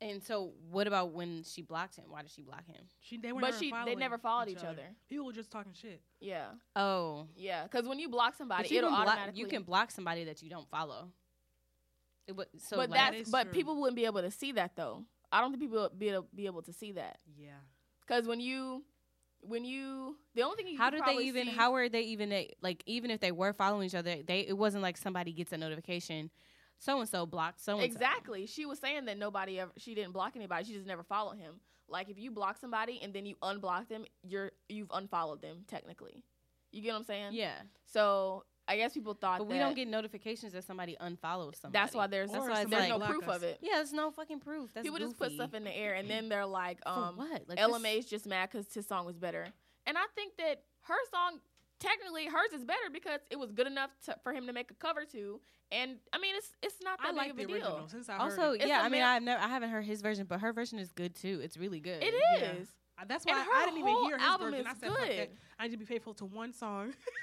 Speaker 2: and so what about when she blocked him why did she block him
Speaker 3: she, they were
Speaker 4: but
Speaker 3: never
Speaker 4: she they
Speaker 3: following
Speaker 4: never followed each other.
Speaker 3: People were just talking shit.
Speaker 4: Yeah.
Speaker 2: oh
Speaker 4: Yeah, cuz when you block somebody,
Speaker 2: But you
Speaker 4: it'll
Speaker 2: can block-
Speaker 4: automatically
Speaker 2: you can block somebody that you don't follow. It wa- so
Speaker 4: But
Speaker 2: like,
Speaker 3: that
Speaker 4: that's
Speaker 3: is
Speaker 4: but
Speaker 3: true.
Speaker 4: people wouldn't be able to see that though. I don't think people would be able, be able to see that.
Speaker 3: Yeah.
Speaker 4: Cuz when you when you the only thing you
Speaker 2: how
Speaker 4: could
Speaker 2: did they
Speaker 4: probably
Speaker 2: even?
Speaker 4: see-
Speaker 2: How are they even? a- Like even if they were following each other, they it wasn't like somebody gets a notification. So and so blocked so and so.
Speaker 4: Exactly. She was saying that nobody ever she didn't block anybody. She just never followed him. Like if you block somebody and then you unblock them, you're you've unfollowed them technically. You get what I'm saying?
Speaker 2: Yeah,
Speaker 4: So I guess people thought
Speaker 2: but
Speaker 4: that
Speaker 2: we don't get notifications that somebody unfollows somebody.
Speaker 4: that's why there's
Speaker 3: Or
Speaker 4: that's why
Speaker 2: if
Speaker 4: there's
Speaker 2: somebody
Speaker 4: no
Speaker 3: block
Speaker 4: proof
Speaker 3: us.
Speaker 4: of it.
Speaker 2: yeah, there's no fucking proof. That's
Speaker 4: people just put stuff in the air and then they're like,
Speaker 2: um,
Speaker 4: um,
Speaker 2: what? Like, this-
Speaker 4: LMA's just mad because his song was better. And I think that her song, technically, hers is better because it was good enough to, for him to make a cover to. And I mean, it's it's not that
Speaker 3: I like
Speaker 4: big
Speaker 3: the
Speaker 4: of a
Speaker 3: original
Speaker 4: deal.
Speaker 3: since I
Speaker 2: Also,
Speaker 3: heard it.
Speaker 4: It's
Speaker 2: yeah,
Speaker 4: a
Speaker 2: I mean,
Speaker 4: male-
Speaker 2: I've never, I haven't heard his version, but her version is good too. It's really good.
Speaker 4: It
Speaker 3: Yeah.
Speaker 4: is.
Speaker 3: Uh, That's
Speaker 4: And
Speaker 3: why
Speaker 4: her
Speaker 3: I didn't even
Speaker 4: whole
Speaker 3: hear his
Speaker 4: album is
Speaker 3: version. I said, "Fuck that.
Speaker 4: good.
Speaker 3: I need to be faithful to one song.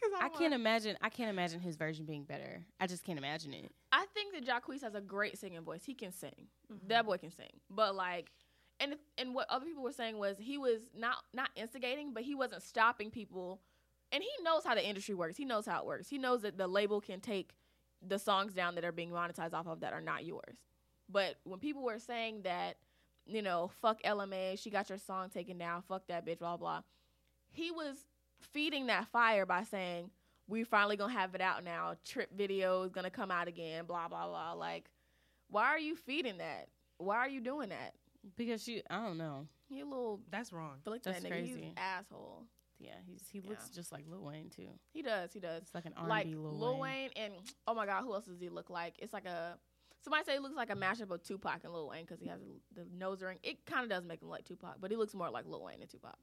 Speaker 3: 'Cause
Speaker 2: I
Speaker 3: I'm
Speaker 2: can't
Speaker 3: like-
Speaker 2: imagine. I can't imagine his version being better. I just can't imagine it.
Speaker 4: I think that Jacquees has a great singing voice. He can sing.
Speaker 3: Mhm.
Speaker 4: That boy can sing. But like, and and what other people were saying was he was not not instigating, but he wasn't stopping people. And he knows how the industry works. He knows how it works. He knows that the label can take the songs down that are being monetized off of that are not yours. But when people were saying that, you know, fuck LMA, she got your song taken down, fuck that bitch, blah blah. He was feeding that fire by saying, "We finally gonna have it out now. Trip video is gonna come out again. Blah blah blah." Like, why are you feeding that? Why are you doing that?
Speaker 2: Because she, I don't know.
Speaker 4: You little
Speaker 3: That's wrong.
Speaker 4: flick that
Speaker 2: That's
Speaker 4: nigga. He's
Speaker 2: crazy.
Speaker 4: asshole.
Speaker 2: Yeah, he's he looks just like Lil Wayne too.
Speaker 4: He does. He does.
Speaker 2: It's like an R&B
Speaker 4: Like
Speaker 2: Lil, Wayne.
Speaker 4: and oh my god, who else does he look like? It's like a somebody say he looks like a mashup of Tupac and Lil Wayne because he has the, the nose ring. It kind of does make him like Tupac, but he looks more like Lil Wayne than Tupac.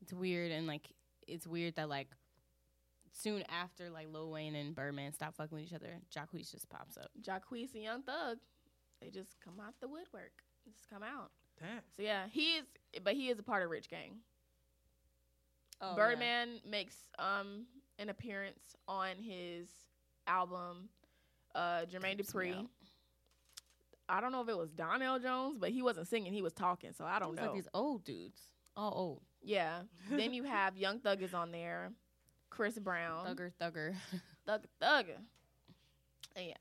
Speaker 2: It's weird and like it's weird that like soon after like Lil Wayne and Birdman stop fucking with each other, Jacquees just pops up.
Speaker 4: Jacquees and Young Thug, they just come out the woodwork. Just come out.
Speaker 3: Damn.
Speaker 4: So yeah, he is, but he is a part of Rich Gang.
Speaker 2: Oh, yeah.
Speaker 4: Birdman makes um an appearance on his album. Uh, Jermaine
Speaker 2: Creeps me
Speaker 4: Dupri.
Speaker 2: out.
Speaker 4: I don't know if it was Donnell Jones, but he wasn't singing; he was talking. So I don't
Speaker 2: Looks
Speaker 4: know.
Speaker 2: like these old dudes. Oh. All old.
Speaker 4: yeah. then you have Young Thug is on there, Chris Brown,
Speaker 2: Thugger, thugger.
Speaker 4: Thug Thugger. Yeah.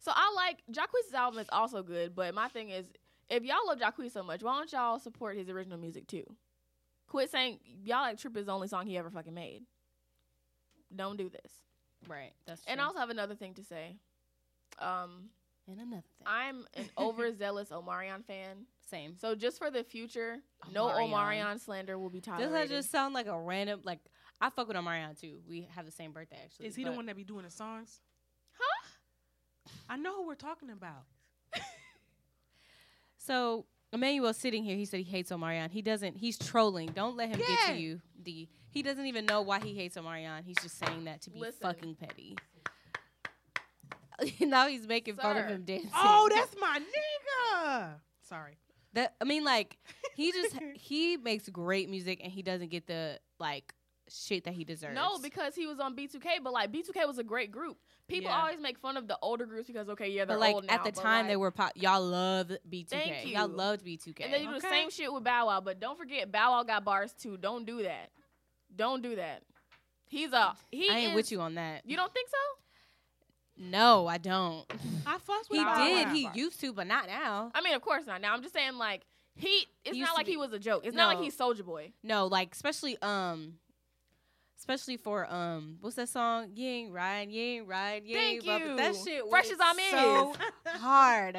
Speaker 4: So I like Jacquees' album is also good, but my thing is if y'all love Jacquees so much, why don't y'all support his original music too? Quit saying y'all like Trip is the only song he ever fucking made. Don't do this.
Speaker 2: right. That's
Speaker 4: And I
Speaker 2: true.
Speaker 4: also have another thing to say. Um,
Speaker 2: and another thing.
Speaker 4: I'm an overzealous Omarion fan.
Speaker 2: Same.
Speaker 4: So just for the future, no
Speaker 2: Omarion.
Speaker 4: Omarion slander will be tolerated.
Speaker 2: Doesn't that just sound like a random like? I fuck with Omarion too. We have the same birthday actually.
Speaker 3: Is he the
Speaker 2: but-
Speaker 3: one that be doing the songs?
Speaker 4: Huh?
Speaker 3: I know who we're talking about.
Speaker 2: So Emmanuel sitting here, he said he hates Omarion. He doesn't. He's trolling. Don't let him
Speaker 3: Yeah.
Speaker 2: get to you, D. He doesn't even know why he hates Omarion. He's just saying that to be
Speaker 4: Listen.
Speaker 2: fucking petty. now he's making fun of
Speaker 4: Sir.
Speaker 2: him dancing.
Speaker 3: Oh, that's my nigga. Sorry.
Speaker 2: that. I mean, like he just he makes great music and he doesn't get the like shit that he deserves.
Speaker 4: No, because he was on B2K, but like B2K was a great group. People
Speaker 2: Yeah.
Speaker 4: always make fun of the older groups because okay, yeah, they're
Speaker 2: but like
Speaker 4: old now.
Speaker 2: at the
Speaker 4: but,
Speaker 2: time they
Speaker 4: like-
Speaker 2: were pop. Y'all loved B2K.
Speaker 4: Thank
Speaker 2: all
Speaker 4: you.
Speaker 2: loved B2K.
Speaker 4: And then you do the
Speaker 3: Okay.
Speaker 4: same shit with Bow Wow, but don't forget Bow Wow got bars too. Don't do that. Don't do that. He's a he.
Speaker 2: I ain't
Speaker 4: is-
Speaker 2: with you on that.
Speaker 4: You don't think so?
Speaker 2: No, I don't.
Speaker 3: I fucked with
Speaker 2: He
Speaker 3: Bow
Speaker 2: did.
Speaker 3: Wow.
Speaker 2: He used to, but not now.
Speaker 4: I mean, of course not. Now I'm just saying like he. It's
Speaker 2: He used
Speaker 4: not
Speaker 2: to
Speaker 4: like
Speaker 2: be-
Speaker 4: he was a joke. It's not
Speaker 2: No.
Speaker 4: like he's Soldier Boy.
Speaker 2: No, like especially um especially for um what's that song? You ain't riding, you ain't riding, you
Speaker 4: Thank
Speaker 2: ain't bumping. That
Speaker 4: you.
Speaker 2: shit
Speaker 4: Fresh
Speaker 2: was
Speaker 4: as I'm
Speaker 2: so
Speaker 4: is.
Speaker 2: hard.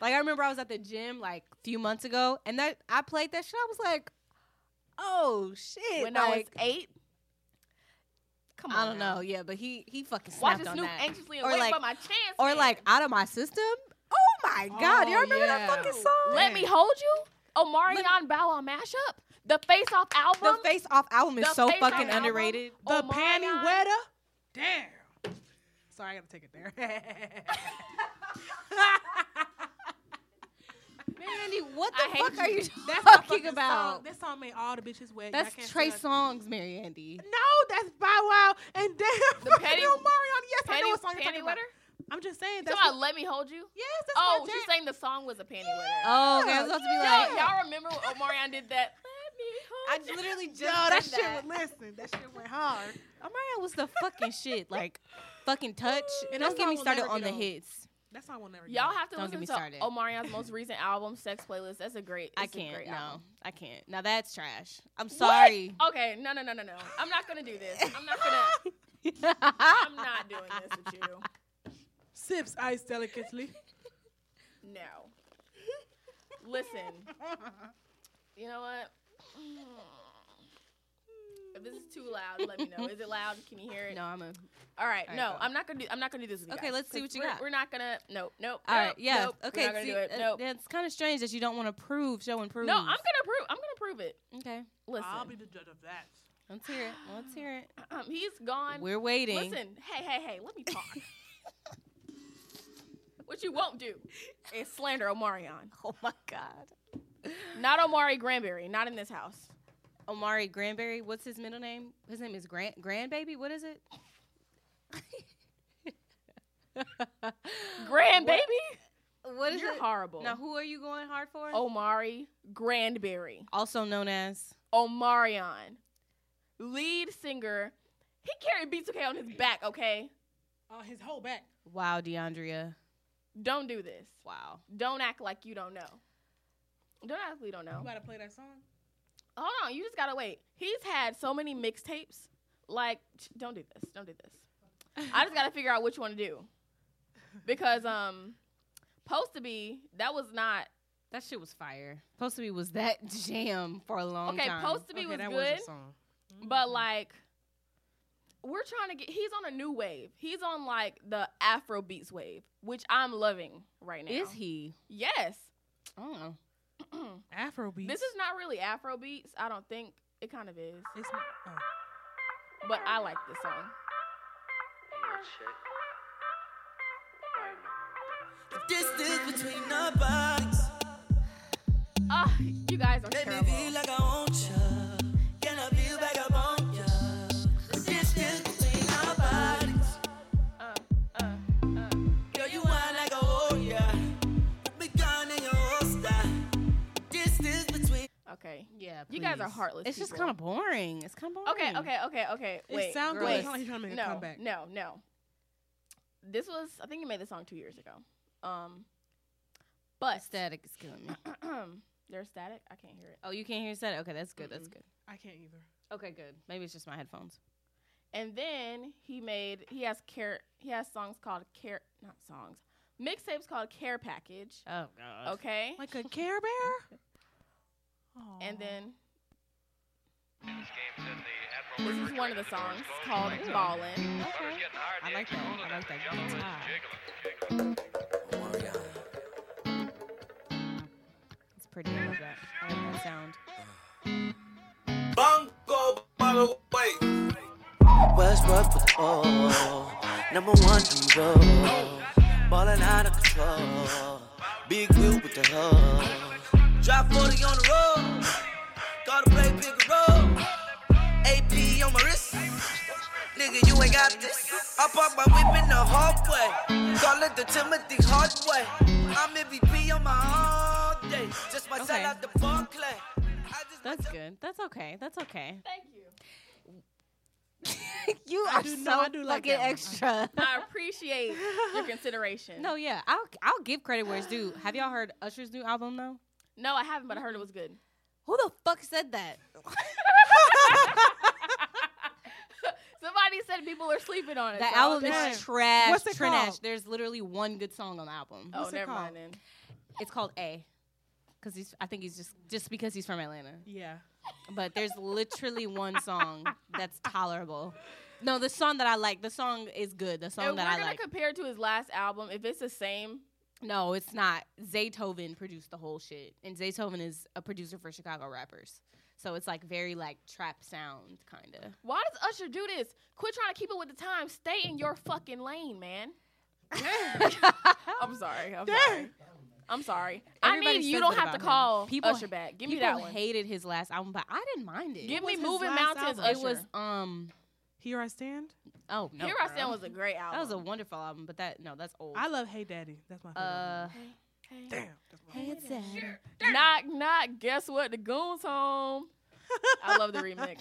Speaker 2: Like I remember I was at the gym like a few months ago and that I played that shit. I was like, oh shit.
Speaker 4: When I was
Speaker 2: like,
Speaker 4: eight. Come on.
Speaker 2: I don't
Speaker 4: now.
Speaker 2: know, yeah, but he he fucking
Speaker 4: Watch
Speaker 2: snapped
Speaker 4: this
Speaker 2: on
Speaker 4: Snoop
Speaker 2: that.
Speaker 4: anxiously and
Speaker 2: Or
Speaker 4: wait
Speaker 2: like-
Speaker 4: for my chance.
Speaker 2: or
Speaker 4: man.
Speaker 2: like out of my system. Oh my god, you
Speaker 3: Oh,
Speaker 2: remember
Speaker 3: yeah.
Speaker 2: that fucking song?
Speaker 4: Let me hold you. Omarion Bow Wow mashup. The Face Off album.
Speaker 2: the face off album is
Speaker 4: The
Speaker 2: so
Speaker 4: Face Off
Speaker 2: fucking
Speaker 4: album.
Speaker 2: underrated.
Speaker 3: The
Speaker 4: Oh my
Speaker 3: panty
Speaker 4: God.
Speaker 3: wetter. Damn. Sorry, I gotta take it there.
Speaker 2: Mandy, what
Speaker 4: I
Speaker 2: the
Speaker 4: hate
Speaker 2: fuck are
Speaker 4: you.
Speaker 2: you
Speaker 3: That's my
Speaker 2: talking
Speaker 3: fucking
Speaker 2: about?
Speaker 3: Song. This song made all the bitches wet. Y'all
Speaker 2: That's
Speaker 3: can't
Speaker 2: Trey
Speaker 3: tell.
Speaker 2: songs, Mary Andy.
Speaker 3: No, that's Bow Wow and damn. The
Speaker 4: panty-
Speaker 3: panty, Omarion. Yes, I know
Speaker 4: Panty,
Speaker 3: what song you're talking
Speaker 4: panty
Speaker 3: about.
Speaker 4: wetter.
Speaker 3: I'm just
Speaker 4: Talking
Speaker 3: saying. That's
Speaker 4: about
Speaker 3: what-
Speaker 4: let me hold you.
Speaker 3: yes, that's
Speaker 4: Oh,
Speaker 3: my
Speaker 4: she's
Speaker 3: jam.
Speaker 4: saying the song was a panty wetter.
Speaker 2: Oh, okay. I was supposed to be
Speaker 3: Yeah.
Speaker 2: like,
Speaker 4: Y'all, y'all remember when Omarion did that? Let me
Speaker 2: I
Speaker 4: hold you.
Speaker 2: literally just
Speaker 3: Yo, that
Speaker 2: said
Speaker 3: shit. was Listen, that shit went hard.
Speaker 2: Omarion was the fucking shit. Like, fucking touch.
Speaker 3: And
Speaker 2: Don't
Speaker 3: that's
Speaker 2: get
Speaker 3: why
Speaker 2: me
Speaker 3: we'll
Speaker 2: started
Speaker 3: never
Speaker 2: on the
Speaker 3: get old.
Speaker 2: hits.
Speaker 3: That song will never. get
Speaker 4: Y'all
Speaker 3: old.
Speaker 4: have to
Speaker 2: Don't
Speaker 4: listen
Speaker 2: get me
Speaker 4: to
Speaker 2: started.
Speaker 4: Omarion's most recent album, Sex Playlist. That's a great.
Speaker 2: I
Speaker 4: it's a
Speaker 2: can't.
Speaker 4: great
Speaker 2: No,
Speaker 4: album.
Speaker 2: I can't. Now that's trash. I'm
Speaker 4: What?
Speaker 2: sorry.
Speaker 4: Okay, no, no, no, no, no. I'm not gonna do this. I'm not gonna. I'm not doing this with you.
Speaker 3: sips ice delicately.
Speaker 4: No. Listen. You know what? If this is too loud, let me know. Is it loud? Can you hear it?
Speaker 2: No, I'm a.
Speaker 4: All right.
Speaker 2: All right,
Speaker 4: no,
Speaker 2: go.
Speaker 4: I'm not gonna do. I'm not gonna do this. With you
Speaker 2: Okay,
Speaker 4: guys,
Speaker 2: let's see
Speaker 4: 'cause
Speaker 2: what you
Speaker 4: we're,
Speaker 2: got.
Speaker 4: We're not gonna. No. Nope.
Speaker 2: All right.
Speaker 4: nope,
Speaker 2: Yeah.
Speaker 4: Nope,
Speaker 2: okay.
Speaker 4: We're not gonna
Speaker 2: see,
Speaker 4: do it.
Speaker 2: uh,
Speaker 4: Nope.
Speaker 2: That's kind of strange that you don't want to prove, show and prove.
Speaker 4: No, I'm gonna prove. I'm gonna prove it.
Speaker 2: Okay.
Speaker 4: Listen.
Speaker 3: I'll be the judge of that.
Speaker 2: Let's hear it. Let's hear it.
Speaker 4: um, he's gone.
Speaker 2: We're waiting.
Speaker 4: Listen. Hey, hey, hey. Let me talk. what you won't do is slander Omarion.
Speaker 2: Oh my God.
Speaker 4: Not Omari Granberry. Not in this house.
Speaker 2: Omari Granberry. What's his middle name? His name is Grand Grandbaby. What is it?
Speaker 4: Grandbaby.
Speaker 2: What is
Speaker 4: You're
Speaker 2: it?
Speaker 4: horrible. Oh,
Speaker 2: Now, who are you going hard for?
Speaker 4: Omari Grandberry.
Speaker 2: Also known as
Speaker 4: Omarion, lead singer. He carried B2K on his back, okay?
Speaker 3: Uh, his whole back.
Speaker 2: Wow DeAndrea.
Speaker 4: Don't do this.
Speaker 2: Wow.
Speaker 4: Don't act like you don't know. Don't act like you don't
Speaker 3: You
Speaker 4: know.
Speaker 3: gotta play that song.
Speaker 4: Hold on, you just gotta wait. He's had so many mixtapes. Like, ch- don't do this. Don't do this. I just gotta figure out which one to do. Because, um, Post to Be, that was not.
Speaker 2: That shit was fire. Supposed to be was that jam for a long
Speaker 4: Okay,
Speaker 2: time.
Speaker 4: Post to Be
Speaker 3: Okay,
Speaker 4: was
Speaker 3: that
Speaker 4: good.
Speaker 3: was a song.
Speaker 2: Mm-hmm.
Speaker 4: But like, we're trying to get. He's on a new wave. He's on like the Afro beats wave, which I'm loving right now.
Speaker 2: Is he?
Speaker 4: Yes.
Speaker 2: Oh.
Speaker 3: Afrobeat.
Speaker 4: this is not really Afro beats. I don't think it kind of is,
Speaker 3: It's, oh.
Speaker 4: but I like this song.
Speaker 5: Distance between our bodies.
Speaker 4: Ah, you guys are
Speaker 5: Make me
Speaker 4: terrible.
Speaker 5: feel like I want you. Can I feel like I
Speaker 4: Uh, way.
Speaker 2: Yeah,
Speaker 4: You guys are
Speaker 2: please.
Speaker 4: heartless.
Speaker 2: It's just
Speaker 4: people.
Speaker 2: kind of boring. It's kind of boring.
Speaker 4: Okay, okay, okay, okay. Wait,
Speaker 3: it sounds
Speaker 2: girl,
Speaker 3: good.
Speaker 4: wait.
Speaker 3: It's not like you're trying to make
Speaker 4: no,
Speaker 3: a comeback.
Speaker 4: No, no. This was I think you made this song two years ago. Um, but
Speaker 2: Static is killing me.
Speaker 4: there's static. I can't hear it.
Speaker 2: Oh, you can't hear static. Okay, that's good. That's
Speaker 4: Mm-mm.
Speaker 2: good.
Speaker 3: I can't either.
Speaker 2: Okay, good. Maybe it's just my headphones.
Speaker 4: And then he made he has care he has songs called care not songs mixtapes called Care Package.
Speaker 2: Oh god.
Speaker 4: Okay,
Speaker 3: Like a Care Bear.
Speaker 4: and then
Speaker 6: This
Speaker 4: this is one of the songs called Ballin'.
Speaker 2: Okay. I like that. I like that guitar. It's pretty. I love that. I like that sound.
Speaker 5: Bongo, bongo, wait. Westbrook with all. Number one in the world. Ballin' out of control. Big wheel with the hub. Drop 40 on the road. Gotta play bigger role. AP on my wrist. Nigga, you ain't got this. I park my whip in the hallway. Call it the Timothy Hardway. I'm MVP on my all day. Just my
Speaker 2: Okay.
Speaker 5: side out the ball clay. I just
Speaker 2: That's good. That's okay. That's okay.
Speaker 4: Thank you.
Speaker 2: you
Speaker 3: I do know- I do like that one.
Speaker 2: extra.
Speaker 4: I appreciate your consideration.
Speaker 2: no, yeah. I'll I'll give credit where it's due. Have y'all heard Usher's new album though?
Speaker 4: no, I haven't, but I heard it was good.
Speaker 2: Who the fuck said that?
Speaker 4: Somebody said people are sleeping on it.
Speaker 2: That
Speaker 4: so I'll
Speaker 2: album is
Speaker 4: just-
Speaker 2: trash.
Speaker 3: What's it
Speaker 2: trash.
Speaker 3: called?
Speaker 2: There's literally one good song on the album.
Speaker 4: Oh,
Speaker 3: What's it
Speaker 4: never
Speaker 3: called?
Speaker 4: mind then.
Speaker 2: It's called A. Cause he's, I think he's just just because he's from Atlanta.
Speaker 3: Yeah.
Speaker 2: But there's literally one song that's tolerable. No, the song that I like. The song is good. The
Speaker 4: if
Speaker 2: song
Speaker 4: we're
Speaker 2: that I
Speaker 4: gonna
Speaker 2: like.
Speaker 4: compare to his last album, if it's the same,
Speaker 2: no, it's not. Zaytoven produced the whole shit, and Zaytoven is a producer for Chicago rappers. So it's like very like trap sound kind of.
Speaker 4: why does Usher do this? Quit trying to keep up with the time. Stay in your fucking lane, man. I'm sorry. I'm sorry. I'm sorry. I
Speaker 2: Everybody
Speaker 4: mean,
Speaker 2: says
Speaker 4: you don't
Speaker 2: that
Speaker 4: have to
Speaker 2: about him.
Speaker 4: call
Speaker 2: People-
Speaker 4: Usher back. Give me
Speaker 2: People
Speaker 4: that one.
Speaker 2: hated his last album, but I didn't mind it.
Speaker 4: Give
Speaker 3: What
Speaker 4: me
Speaker 3: was his
Speaker 4: Moving
Speaker 3: last
Speaker 4: Mountains.
Speaker 3: album?
Speaker 2: it
Speaker 4: Usher.
Speaker 2: was um
Speaker 3: Here I stand.
Speaker 2: oh no.
Speaker 4: Here I Stand was a great album.
Speaker 2: that was a wonderful album, but that no, that's old.
Speaker 3: I love Hey Daddy. That's my favorite.
Speaker 2: uh,
Speaker 3: album. Damn. That's my favorite.
Speaker 4: knock knock. Guess what? The goons home. I love the remix.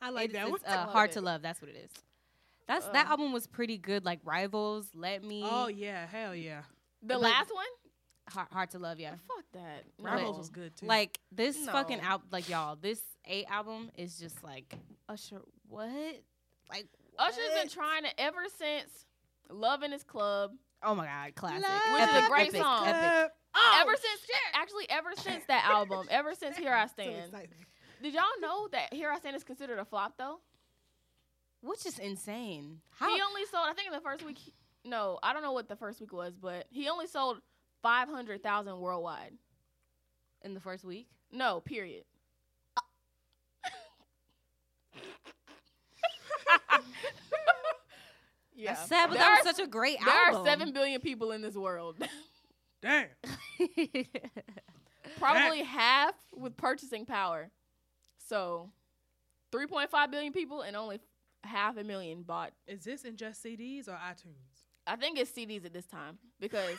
Speaker 3: I like
Speaker 2: It-
Speaker 3: that one.
Speaker 2: it's uh,
Speaker 4: Love
Speaker 2: hard
Speaker 4: it.
Speaker 2: to love. That's what it is. That's
Speaker 4: Uh.
Speaker 2: that album was pretty good. Like Rivals, Let Me,
Speaker 3: oh yeah, hell yeah.
Speaker 4: The
Speaker 2: But-
Speaker 4: last one?
Speaker 2: hard, hard to love. Yeah,
Speaker 4: Fuck that.
Speaker 3: Rivals
Speaker 4: No.
Speaker 3: was good too.
Speaker 2: like this fucking
Speaker 4: No.
Speaker 2: out. Like y'all, this A album is just like Usher. What? Like
Speaker 4: Usher's been
Speaker 2: what?
Speaker 4: trying to ever since Loving His Club.
Speaker 2: Oh my god, classic.
Speaker 3: Love
Speaker 4: Which is a
Speaker 2: Epic,
Speaker 4: great
Speaker 2: epic,
Speaker 4: song.
Speaker 2: Epic.
Speaker 4: ever since actually ever since that album, ever since Here I Stand. Did y'all know that Here I Stand is considered a flop though?
Speaker 2: Which is insane. How?
Speaker 4: He only sold I think in the first week no, I don't know what the first week was, but he only sold five hundred thousand worldwide.
Speaker 2: in the first week.
Speaker 4: No, period. yeah.
Speaker 2: That's sad, but
Speaker 4: There
Speaker 2: that
Speaker 4: are-
Speaker 2: was such a great
Speaker 4: there
Speaker 2: album.
Speaker 4: are seven billion people in this world.
Speaker 3: Damn.
Speaker 4: Probably half with purchasing power. So, 3.5 billion people and only half a million bought.
Speaker 3: Is this in just CDs or iTunes?
Speaker 4: I think it's CDs at this time because,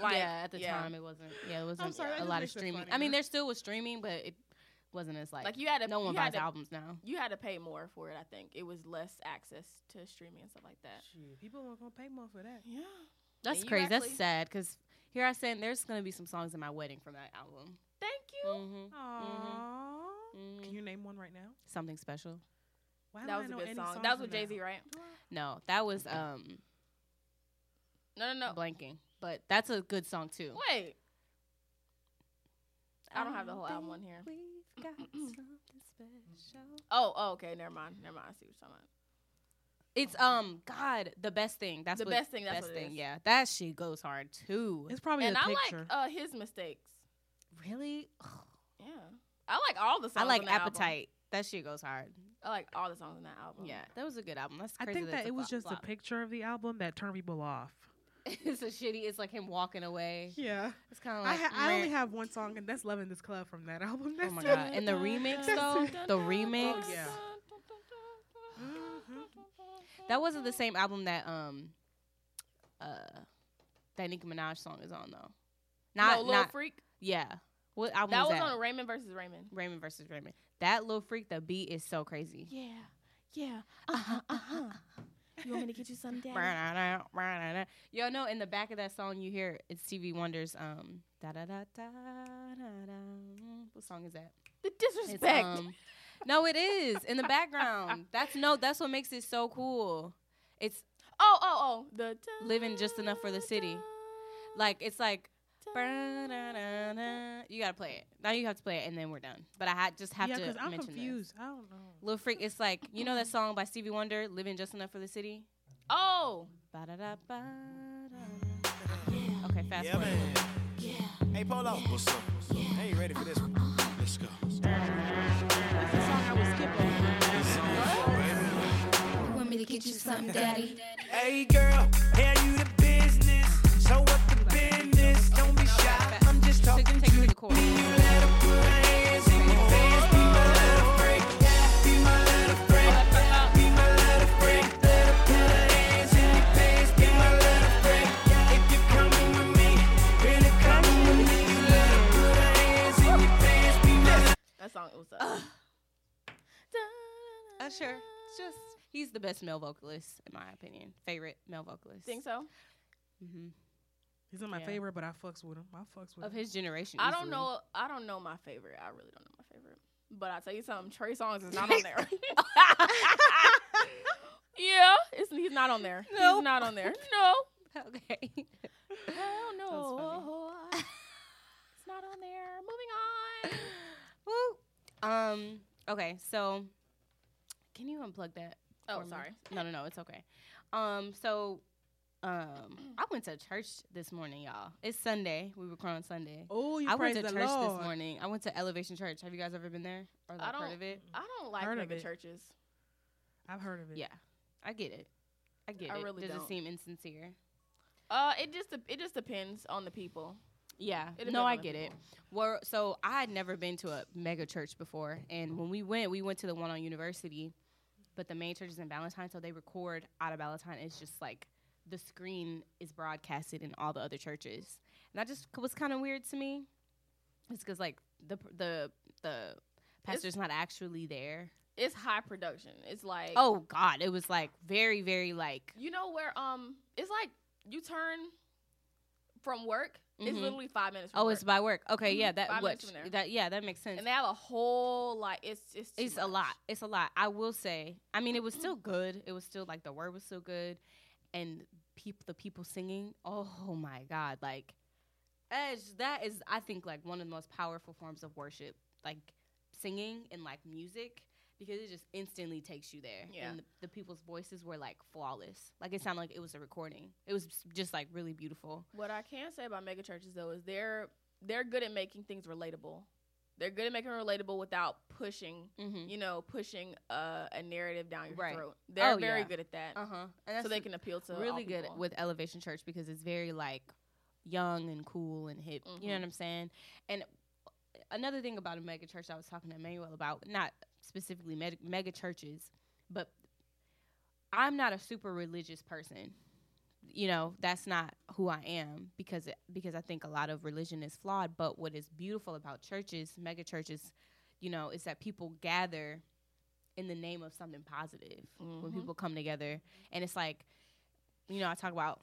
Speaker 4: like,
Speaker 2: yeah, at the
Speaker 4: yeah.
Speaker 2: time it wasn't. Yeah, it wasn't
Speaker 3: sorry, that
Speaker 2: a
Speaker 3: just
Speaker 2: lot of
Speaker 3: makes it
Speaker 2: streaming.
Speaker 3: funny,
Speaker 2: I mean,
Speaker 3: huh?
Speaker 2: there still was streaming, but it wasn't as like.
Speaker 4: like you had to
Speaker 2: no one
Speaker 4: you had
Speaker 2: buys
Speaker 4: to,
Speaker 2: albums now.
Speaker 4: You had to pay more for it. I think it was less access to streaming and stuff like that.
Speaker 3: Shit, people aren't gonna pay more for that.
Speaker 4: Yeah.
Speaker 2: That's
Speaker 4: you
Speaker 2: crazy.
Speaker 4: actually-
Speaker 2: That's sad because here I stand. There's gonna be some songs in my wedding from that album.
Speaker 4: Thank you.
Speaker 2: Mm-hmm.
Speaker 3: Aww.
Speaker 2: Mhm.
Speaker 3: Can you name one right now?
Speaker 2: Something special.
Speaker 3: Why do
Speaker 4: That
Speaker 3: I
Speaker 4: was a
Speaker 3: know
Speaker 4: good
Speaker 3: any
Speaker 4: song.
Speaker 3: songs
Speaker 4: That was
Speaker 3: from
Speaker 4: with Jay Z, right?
Speaker 3: Do I?
Speaker 2: No, that was um
Speaker 4: No, no, no.
Speaker 2: blanking. But that's a good song too.
Speaker 4: Wait. I don't have the whole album on here.
Speaker 2: We've got something special.
Speaker 4: Oh, oh, okay. Never mind. Never mind. I see what you're talking about.
Speaker 2: It's um God, the best thing. That's
Speaker 4: The
Speaker 2: what,
Speaker 4: Best Thing, that's what it is.
Speaker 2: Yeah, that shit goes hard too.
Speaker 3: It's probably
Speaker 4: And
Speaker 3: a
Speaker 4: I
Speaker 3: picture.
Speaker 4: like uh, his mistakes.
Speaker 2: really,
Speaker 4: Yeah. I like all the songs.
Speaker 2: I like
Speaker 4: on that album.
Speaker 2: Appetite. That shit goes hard.
Speaker 4: I like all the songs on that album.
Speaker 2: Yeah, that was a good album. That's
Speaker 3: I
Speaker 2: crazy.
Speaker 3: think
Speaker 2: that's
Speaker 3: that it was
Speaker 2: flop-
Speaker 3: just a
Speaker 2: flop.
Speaker 3: picture of the album that turned people off.
Speaker 2: it's a shitty. It's like him walking away.
Speaker 3: Yeah,
Speaker 2: It's kind of
Speaker 3: I,
Speaker 2: like
Speaker 3: ha- I only
Speaker 2: meh.
Speaker 3: have one song, and that's "Loving This Club" from that album.
Speaker 2: Oh
Speaker 3: That's
Speaker 2: my
Speaker 3: it.
Speaker 2: god! And the remix though, the
Speaker 4: Oh,
Speaker 2: remix. Mm-hmm.
Speaker 3: Yeah.
Speaker 2: That wasn't the same album that um, uh, that Nicki Minaj song is on though.
Speaker 4: No,
Speaker 2: Not
Speaker 4: Lil
Speaker 2: not
Speaker 4: Freak.
Speaker 2: yeah. What album
Speaker 4: That
Speaker 2: was,
Speaker 4: was
Speaker 2: that?
Speaker 4: on Raymond versus Raymond.
Speaker 2: Raymond versus Raymond. That little freak, the beat is so crazy.
Speaker 4: Yeah, yeah. Uh
Speaker 2: Uh-huh,
Speaker 4: huh. Uh huh. You want me to get you some daddy?
Speaker 2: Yo, no, in the back of that song you hear it's Stevie Wonder's um da da da da da da. What song is that?
Speaker 4: The
Speaker 2: It's,
Speaker 4: disrespect.
Speaker 2: um, no, it is in the background. That's no, that's what makes it so cool. It's
Speaker 4: oh, oh, oh. The
Speaker 2: Living just enough for the city. like it's like you gotta play it. Now you have to play it, and then we're done. But I ha- just have
Speaker 3: yeah,
Speaker 2: to
Speaker 3: I'm
Speaker 2: mention this.
Speaker 3: confused. I don't know.
Speaker 2: Little freak, it's like you know that song by Stevie Wonder, "Living Just Enough for the City."
Speaker 4: Oh,
Speaker 2: Ba-da-da-ba-da. Okay, fast
Speaker 6: Yeah,
Speaker 2: forward.
Speaker 6: man. Hey, Polo. Uh-huh. What's up? Hey, you ready for this one? Let's go.
Speaker 3: That's the song I would skip over.
Speaker 7: Want me to get you something, daddy?
Speaker 6: Hey, girl. Hey, you the business. So what the business? Don't be shy. I'm just
Speaker 2: Take- take it
Speaker 6: talking to
Speaker 2: to
Speaker 6: you.
Speaker 2: the chorus.
Speaker 6: You let her put her hands in your face. Be my little freak. Be my little freak. Be my little freak. Let her put her hands in your face. Be my little freak. If you're coming with me, really coming with me. You let her put her hands in your face. Be my little
Speaker 4: that song was up.
Speaker 2: Usher, Uh, just he's the best male vocalist in my opinion. Favorite male vocalist.
Speaker 4: Think so?
Speaker 2: hmm
Speaker 3: He's not my
Speaker 2: Yeah.
Speaker 3: favorite, but I fucks with him. I fucks with
Speaker 2: Of
Speaker 3: him.
Speaker 2: his generation.
Speaker 4: I don't
Speaker 2: easily.
Speaker 4: know. I don't know my favorite. I really don't know my favorite. But I tell you something, Trey Songz is not on there. yeah, it's, he's not on there.
Speaker 2: Nope.
Speaker 4: He's not on there. No.
Speaker 2: Okay.
Speaker 4: Hell Oh, no.
Speaker 2: funny.
Speaker 4: It's not on there. Moving on.
Speaker 2: Woo. Um. Okay. So, can you unplug that?
Speaker 4: Oh,
Speaker 2: for me?
Speaker 4: sorry.
Speaker 2: No, no, no. It's okay. Um. So, um. I went to church this morning, y'all. It's Sunday. We were on Sunday.
Speaker 3: Oh, you
Speaker 2: I went
Speaker 3: praise
Speaker 2: to
Speaker 3: the
Speaker 2: church
Speaker 3: Lord.
Speaker 2: this morning. I went to Elevation Church. Have you guys ever been there or like, heard
Speaker 4: don't-
Speaker 2: of it?
Speaker 4: I don't like
Speaker 3: Heard of
Speaker 4: mega
Speaker 3: it.
Speaker 4: churches.
Speaker 3: I've heard of it.
Speaker 2: Yeah, I get it. I get
Speaker 4: I
Speaker 2: it.
Speaker 4: really
Speaker 2: Does
Speaker 4: don't.
Speaker 2: it seem insincere?
Speaker 4: Uh, it just dep- it just depends on the people.
Speaker 2: Yeah.
Speaker 4: It depends
Speaker 2: no, I
Speaker 4: on the
Speaker 2: get it.
Speaker 4: people.
Speaker 2: Well, so I had never been to a mega church before, and when we went, we went to the one on University, but the main church is in Ballantyne, so they record out of Ballantyne. It's just like the screen is broadcasted in all the other churches, and that just c- was kind of weird to me. It's because like the pr- the the pastor's not actually there.
Speaker 4: It's high production. It's like
Speaker 2: Oh God, it was like very very like
Speaker 4: you know where um, it's like you turn from work. It's
Speaker 2: Mhm.
Speaker 4: literally five minutes. From
Speaker 2: oh
Speaker 4: work.
Speaker 2: it's by work. Okay,
Speaker 4: Mhm.
Speaker 2: yeah, that
Speaker 4: Five
Speaker 2: what
Speaker 4: minutes from there.
Speaker 2: that yeah that makes sense.
Speaker 4: and they have a whole like it's it's too
Speaker 2: it's a
Speaker 4: much.
Speaker 2: lot. It's a lot. I will say. I mean, it was still good. It was still like the word was still good, and peop the people singing. Oh my God! Like, as that is, I think like one of the most powerful forms of worship, like singing and like music, because it just instantly takes you there.
Speaker 4: Yeah.
Speaker 2: And the, the people's voices were like flawless. Like it sounded like it was a recording. It was just like really beautiful.
Speaker 4: What I can say about mega churches though is they're they're good at making things relatable. They're good at making it relatable without pushing,
Speaker 2: Mm-hmm.
Speaker 4: you know, pushing a, a narrative down your
Speaker 2: Right.
Speaker 4: throat. They're
Speaker 2: Oh,
Speaker 4: very
Speaker 2: yeah.
Speaker 4: good at that,
Speaker 2: Uh huh. And that's
Speaker 4: so they can appeal to all
Speaker 2: really good
Speaker 4: people.
Speaker 2: with Elevation Church because it's very like young and cool and hip. You
Speaker 4: Mm-hmm.
Speaker 2: know what I'm saying? And another thing about a mega church I was talking to Emmanuel about, not specifically med- mega churches, but I'm not a super religious person. You know, that's not who I am because it, because I think a lot of religion is flawed, but what is beautiful about churches, mega churches, you know, is that people gather in the name of something positive when
Speaker 4: Mhm.
Speaker 2: people come together and it's like you know, I talk about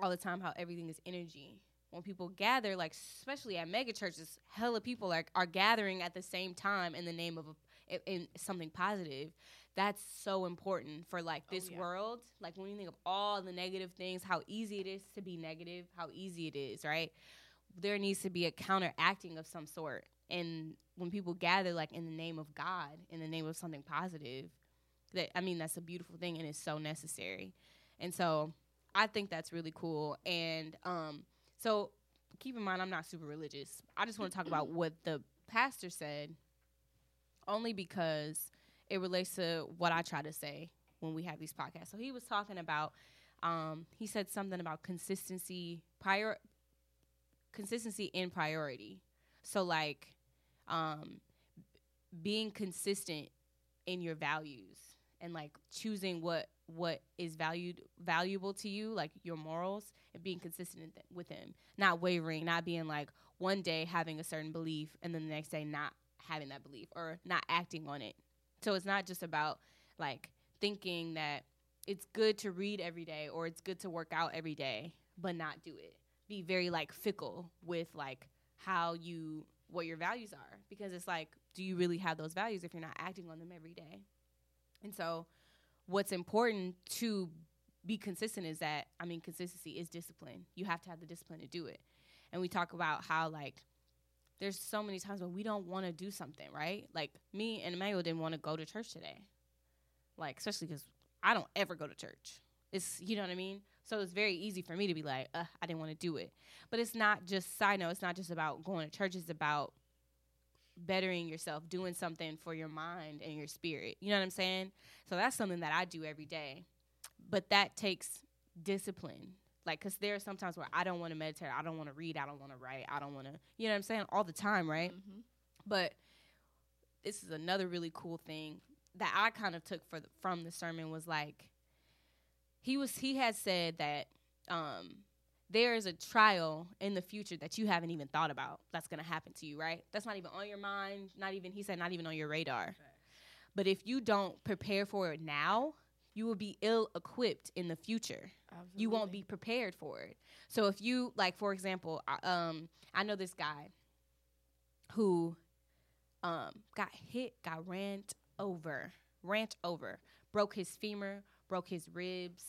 Speaker 2: all the time how everything is energy. When people gather, like especially at mega churches, hella people like are gathering at the same time in the name of a, in, in something positive. That's so important for like
Speaker 4: Oh,
Speaker 2: this
Speaker 4: yeah.
Speaker 2: world. Like when you think of all the negative things, how easy it is to be negative, how easy it is, right? There needs to be a counteracting of some sort. And when people gather, like in the name of God, in the name of something positive, that I mean, that's a beautiful thing and it's so necessary. And so I think that's really cool. And um, so keep in mind, I'm not super religious. I just want to talk about what the pastor said, only because it relates to what I try to say when we have these podcasts. So he was talking about, um, he said something about consistency, prior, consistency in priority. So like, um, being consistent in your values and like choosing what what is valued valuable to you like your morals and being consistent in th- with them not wavering not being like one day having a certain belief and then the next day not having that belief or not acting on it. So it's not just about like thinking that it's good to read every day or it's good to work out every day but not do it. Be very like fickle with like how you what your values are because it's like do you really have those values if you're not acting on them every day? And so what's important to be consistent is that I mean consistency is discipline. You have to have the discipline to do it. And we talk about how like there's so many times when we don't want to do something, right? Like me and Emmanuel didn't want to go to church today, like especially because I don't ever go to church. It's you know what I mean. So it's very easy for me to be like, Ugh, I didn't want to do it. But it's not just side note. It's not just about going to church. It's about bettering yourself, doing something for your mind and your spirit. You know what I'm saying? So that's something that I do every day but that takes discipline like because there are sometimes where i don't want to meditate i don't want to read i don't want to write i don't want to you know what i'm saying all the time right
Speaker 4: Mhm.
Speaker 2: but this is another really cool thing that i kind of took for the, from the sermon was like he was he had said that um there is a trial in the future that you haven't even thought about that's going to happen to you right that's not even on your mind not even he said not even on your radar but if you don't prepare for it now you will be ill equipped in the future you won't be prepared for it. So if you like, for example, I- um, I know this guy who um got hit, got rant over, rant over, broke his femur, broke his ribs,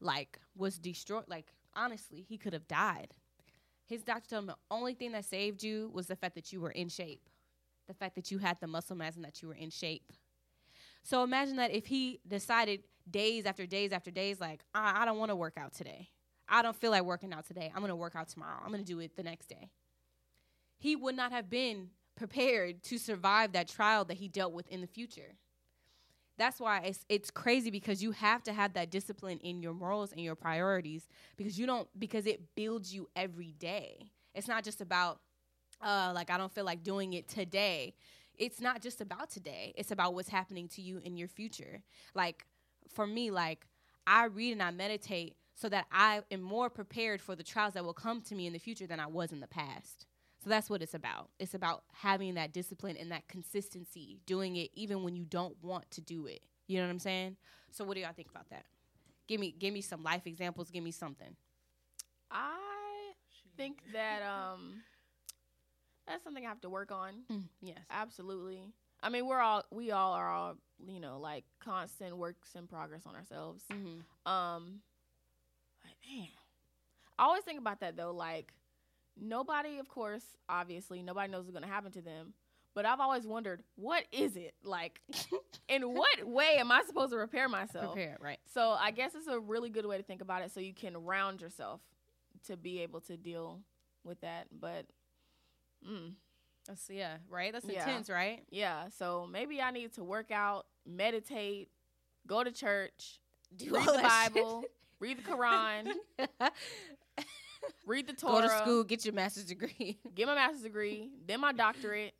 Speaker 2: like was destroyed. Like honestly, he could have died. His doctor told him the only thing that saved you was the fact that you were in shape, the fact that you had the muscle mass and that you were in shape. So imagine that if he decided days after days after days, like, I, I don't want to work out today. I don't feel like working out today. I'm going to work out tomorrow. I'm going to do it the next day. He would not have been prepared to survive that trial that he dealt with in the future. That's why it's, it's crazy because you have to have that discipline in your morals and your priorities because you don't because it builds you every day. It's not just about uh like I don't feel like doing it today it's not just about today. It's about what's happening to you in your future. Like for me, like I read and I meditate so that I am more prepared for the trials that will come to me in the future than I was in the past. So that's what it's about. It's about having that discipline and that consistency, doing it even when you don't want to do it. You know what I'm saying? So what do y'all think about that? Give me give me some life examples, give me something.
Speaker 4: I think that um, that's something I have to work on.
Speaker 2: Yes.
Speaker 4: Absolutely. I mean, we're all we all are all you know like constant works in progress on ourselves.
Speaker 2: Mm-hmm.
Speaker 4: Um, like, damn. I always think about that though. Like, nobody, of course, obviously, nobody knows what's gonna happen to them. But I've always wondered, what is it like? in what way am I supposed to repair myself?
Speaker 2: Prepare, right.
Speaker 4: So I guess it's a really good way to think about it, so you can round yourself to be able to deal with that. But mm,
Speaker 2: That's yeah, right? That's
Speaker 4: Yeah.
Speaker 2: intense, right?
Speaker 4: yeah, so maybe I need to work out, meditate, go to church,
Speaker 2: Do
Speaker 4: read
Speaker 2: all
Speaker 4: the
Speaker 2: that shit.
Speaker 4: Bible, read the Quran, read the
Speaker 2: Go
Speaker 4: Torah,
Speaker 2: to school, get your master's degree.
Speaker 4: get my master's degree, then my doctorate,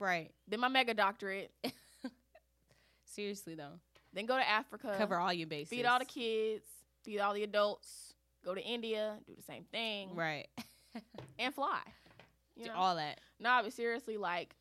Speaker 2: right.
Speaker 4: then my mega doctorate,
Speaker 2: Seriously though,
Speaker 4: then go to Africa,
Speaker 2: cover all your bases.
Speaker 4: feed all the kids, feed all the adults, go to India, do the same thing,
Speaker 2: Right.
Speaker 4: and fly. You
Speaker 2: Do
Speaker 4: know?
Speaker 2: All that.
Speaker 4: Nah, but seriously, like,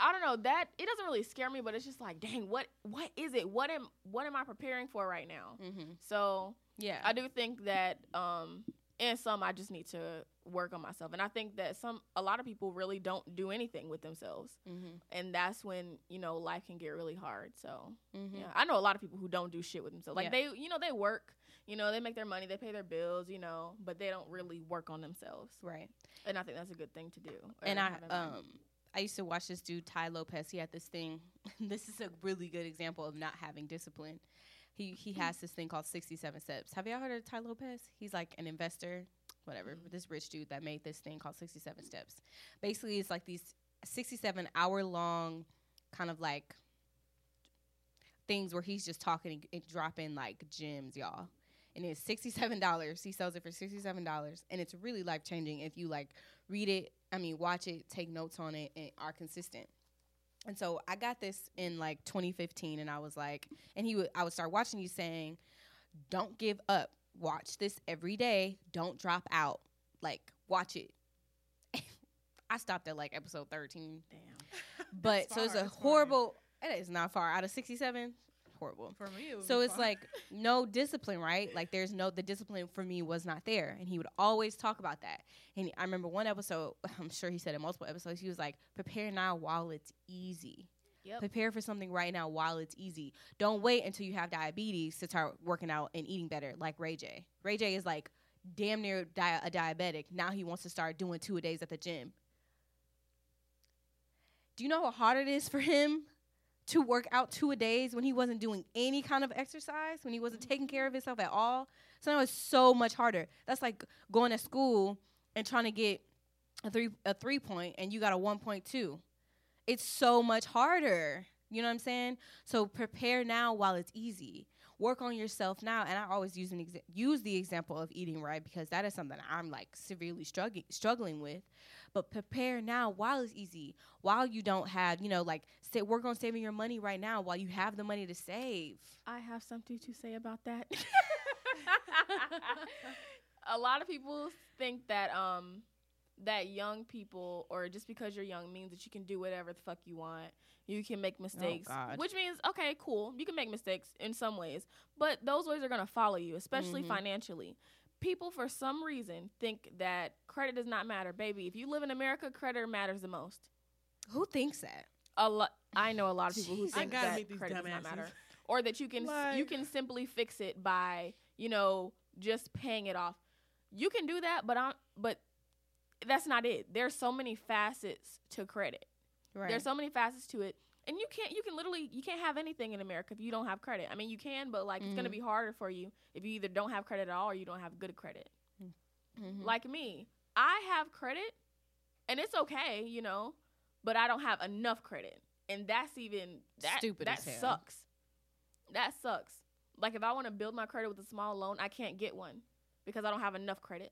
Speaker 4: I don't know that it doesn't really scare me, but it's just like, dang, what what is it? What am what am I preparing for right now?
Speaker 2: Mm-hmm.
Speaker 4: So
Speaker 2: Yeah.
Speaker 4: I do think that um, in some I just need to work on myself, and I think that some a lot of people really don't do anything with themselves,
Speaker 2: mm-hmm.
Speaker 4: and that's when you know life can get really hard. So
Speaker 2: Mm-hmm.
Speaker 4: yeah, I know a lot of people who don't do shit with themselves. Like
Speaker 2: Yeah.
Speaker 4: they, you know, they work, you know, they make their money, they pay their bills, you know, but they don't really work on themselves,
Speaker 2: Right.
Speaker 4: and I think that's a good thing to do. or
Speaker 2: and I
Speaker 4: have in mind.
Speaker 2: um I used to watch this dude Ty Lopez. He had this thing. this is a really good example of not having discipline. He he
Speaker 4: Hmm.
Speaker 2: has this thing called 67 Steps. Have y'all heard of Ty Lopez? He's like an investor, whatever.
Speaker 4: Mm-hmm.
Speaker 2: This rich dude that made this thing called 67 Steps. Basically, it's like these 67 hour long kind of like things where he's just talking and, and dropping like gems, y'all. And it's $67. He sells it for $67 and it's really life changing if you like read it, I mean, watch it, take notes on it, and are consistent. And so I got this in like 2015, and I was like, and he would, I would start watching you saying, don't give up. Watch this every day. Don't drop out. Like, watch it. I stopped at like episode 13.
Speaker 4: Damn.
Speaker 2: But
Speaker 3: That's
Speaker 2: so it's
Speaker 3: far,
Speaker 2: a
Speaker 3: that's far.
Speaker 2: horrible, it is not far out of 67. Horrible.
Speaker 3: For me, it would
Speaker 2: So
Speaker 3: be
Speaker 2: it's
Speaker 3: far.
Speaker 2: like no discipline, right? Like there's no the discipline for me was not there, and he would always talk about that. And I remember one episode, I'm sure he said in multiple episodes, he was like, "Prepare now while it's easy.
Speaker 4: Yep.
Speaker 2: Prepare for something right now while it's easy. Don't wait until you have diabetes to start working out and eating better." Like Ray J. Ray J is like damn near di- a diabetic. Now he wants to start doing two a days at the gym. Do you know how hard it is for him to work out two a days when he wasn't doing any kind of exercise, when he wasn't taking care of himself at all. So now it's so much harder. That's like going to school and trying to get a three a three point and you got a one point two. It's so much harder. You know what I'm saying? So prepare now while it's easy. Work on yourself now, and I always use an exa- use the example of eating right because that is something I'm like severely struggling struggling with. But prepare now while it's easy while you don't have, you know, like say work on saving your money right now while you have the money to save.
Speaker 4: I have something to say about that. a lot of people think that um that young people or just because you're young means that you can do whatever the fuck you want. You can make mistakes,
Speaker 2: God.
Speaker 4: which means okay, cool. You can make mistakes in some ways, but those ways are going to follow you, especially
Speaker 2: Mhm.
Speaker 4: financially. People for some reason think that credit does not matter. Baby, if you live in America, credit matters the most.
Speaker 2: Who thinks that?
Speaker 4: A lot I know a lot of people who
Speaker 2: Jesus. I
Speaker 4: think
Speaker 3: gotta
Speaker 4: that
Speaker 3: meet these
Speaker 4: credit does not
Speaker 3: dumbasses.
Speaker 4: matter or that you can s you
Speaker 3: Like-
Speaker 4: can simply fix it by you know just paying it off. You can do that, but I'm but that's not it. There's so many facets to credit.
Speaker 2: Right.
Speaker 4: There's so many facets to it, and you can't you can literally you can't have anything in America if you don't have credit. I mean, you can, but like it's gonna
Speaker 3: Mm-hmm.
Speaker 2: Mhm.
Speaker 4: be harder for you if you either don't have credit at all or you don't have good credit
Speaker 2: Mm-hmm.
Speaker 4: like me i have credit and it's okay you know but i don't have enough credit and that's even that
Speaker 2: Stupid
Speaker 4: that
Speaker 2: as hell.
Speaker 4: sucks that sucks like if i want to build my credit with a small loan i can't get one because i don't have enough credit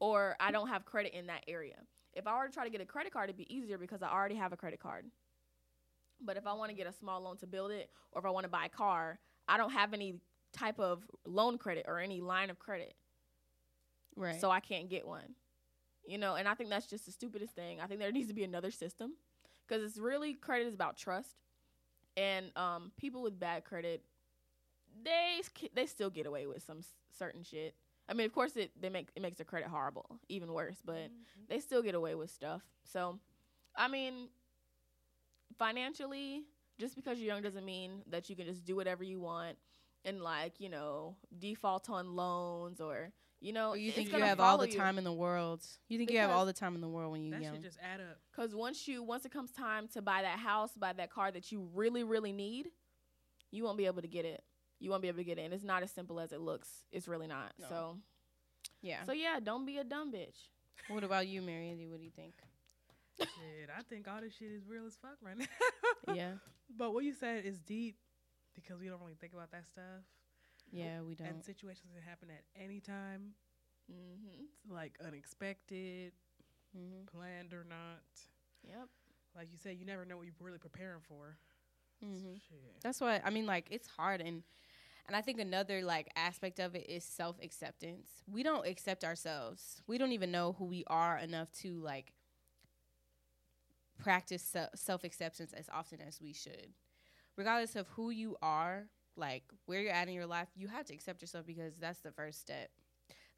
Speaker 4: or i don't have credit in that area if i were to try to get a credit card it'd be easier because i already have a credit card but if i want to get a small loan to build it or if i want to buy a car i don't have any type of loan credit or any line of credit
Speaker 2: right.
Speaker 4: so I can't get one. You know, and I think that's just the stupidest thing. I think there needs to be another system because it's really credit is about trust, and um, people with bad credit, they s- ki- they still get away with some s- certain shit. I mean, of course, it they make it makes their credit horrible, even worse, but they still get away with stuff. So, I mean, financially, just because you're young doesn't mean that you can just do whatever you want and like you know default on loans or you know
Speaker 2: you
Speaker 4: it's
Speaker 2: think you
Speaker 4: gonna
Speaker 2: have all
Speaker 4: follow
Speaker 2: the
Speaker 4: you.
Speaker 2: time in the world. You think you have
Speaker 4: Because-
Speaker 2: all the time in the world when you're
Speaker 3: that
Speaker 2: young.
Speaker 3: should just add up.
Speaker 4: Because once you once it comes time to buy that house, buy that car that you really really need, you won't be able to get it. You won't be able to get it, and it's not as simple as it looks. It's really not.
Speaker 2: No.
Speaker 4: So
Speaker 2: yeah.
Speaker 4: so yeah, don't be a dumb bitch.
Speaker 2: what about you, Mariandy? What do you think?
Speaker 3: Shit, I think all this shit is real as fuck right now.
Speaker 2: yeah.
Speaker 3: But what you said is deep because we don't really think about that stuff.
Speaker 2: Yeah, we don't.
Speaker 3: And situations can happen at any time,
Speaker 4: Mm-hmm.
Speaker 3: like unexpected,
Speaker 2: Mhm.
Speaker 3: planned or not.
Speaker 4: Yep.
Speaker 3: Like you said, you never know what you're really preparing for.
Speaker 4: Mm-hmm.
Speaker 2: Mhm.
Speaker 3: Shit.
Speaker 2: That's why I mean like it's hard and and I think another like aspect of it is self-acceptance. We don't accept ourselves. We don't even know who we are enough to like practice se- self-acceptance as often as we should. Regardless of who you are, like where you're at in your life, you have to accept yourself because that's the first step.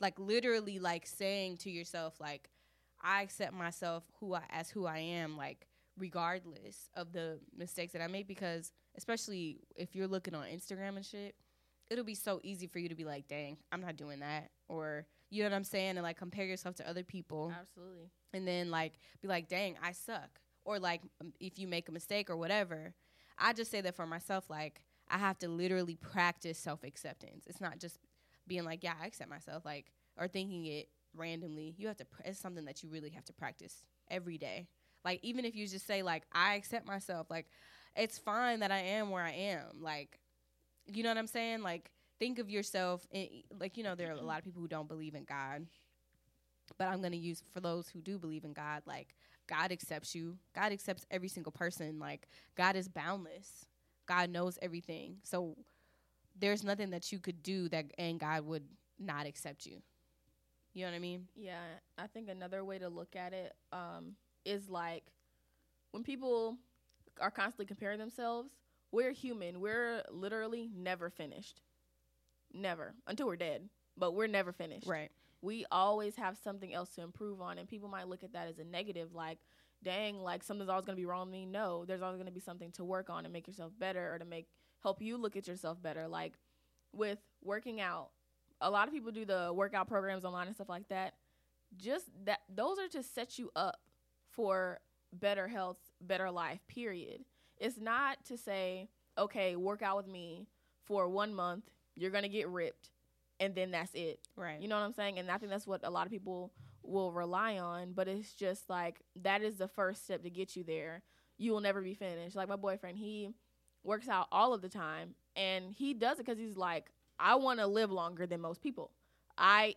Speaker 2: Like literally like saying to yourself like I accept myself who I as who I am like regardless of the mistakes that I make because especially if you're looking on Instagram and shit, it'll be so easy for you to be like, dang, I'm not doing that. Or, you know what I'm saying? And like compare yourself to other people
Speaker 4: Absolutely.
Speaker 2: and then like be like, dang, I suck. Or like m- if you make a mistake or whatever. I just say that for myself. Like, I have to literally practice self acceptance. It's not just being like, yeah, I accept myself, like, or thinking it randomly. You have to, pr- it's something that you really have to practice every day. Like, even if you just say, like, I accept myself, like, it's fine that I am where I am. Like, you know what I'm saying? Like, think of yourself, in, like, you know, there are a lot of people who don't believe in God, but I'm going to use for those who do believe in God, like, God accepts you. God accepts every single person. Like, God is boundless. God knows everything. So there's nothing that you could do that and God would not accept you. You know what I mean?
Speaker 4: Yeah, I think another way to look at it um, is like when people are constantly comparing themselves, we're human. We're literally never finished. Never. Until we're dead. But we're never finished
Speaker 2: Right.
Speaker 4: we always have something else to improve on and people might look at that as a negative like dang like something's always going to be wrong with me no there's always going to be something to work on and make yourself better or to make help you look at yourself better like with working out a lot of people do the workout programs online and stuff like that just that those are to set you up for better health better life period it's not to say okay work out with me for one month you're going to get ripped and then that's it
Speaker 2: Right.
Speaker 4: you know what I'm saying? And I think that's what a lot of people will rely on, but it's just like that is the first step to get you there. You will never be finished. Like my boyfriend, he works out all of the time and he does it cuz he's like I want to live longer than most people. I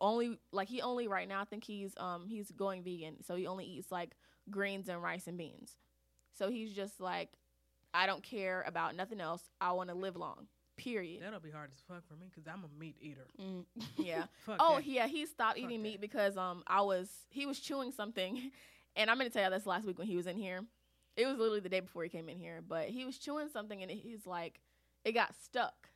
Speaker 4: only like he only right now I think he's um he's going vegan. So he only eats like greens and rice and beans. So he's just like I don't care about nothing else. I want to live long. Period.
Speaker 3: That'll be hard as fuck for me because I'm a meat eater.
Speaker 2: Mm.
Speaker 4: Yeah.
Speaker 3: Fuck
Speaker 4: Oh
Speaker 3: that.
Speaker 4: yeah, he stopped
Speaker 3: Fuck
Speaker 4: eating
Speaker 3: that.
Speaker 4: meat because um I was he was chewing something, and I'm gonna tell you this last week when he was in here. It was literally the day before he came in here, but he was chewing something and he's like, it got stuck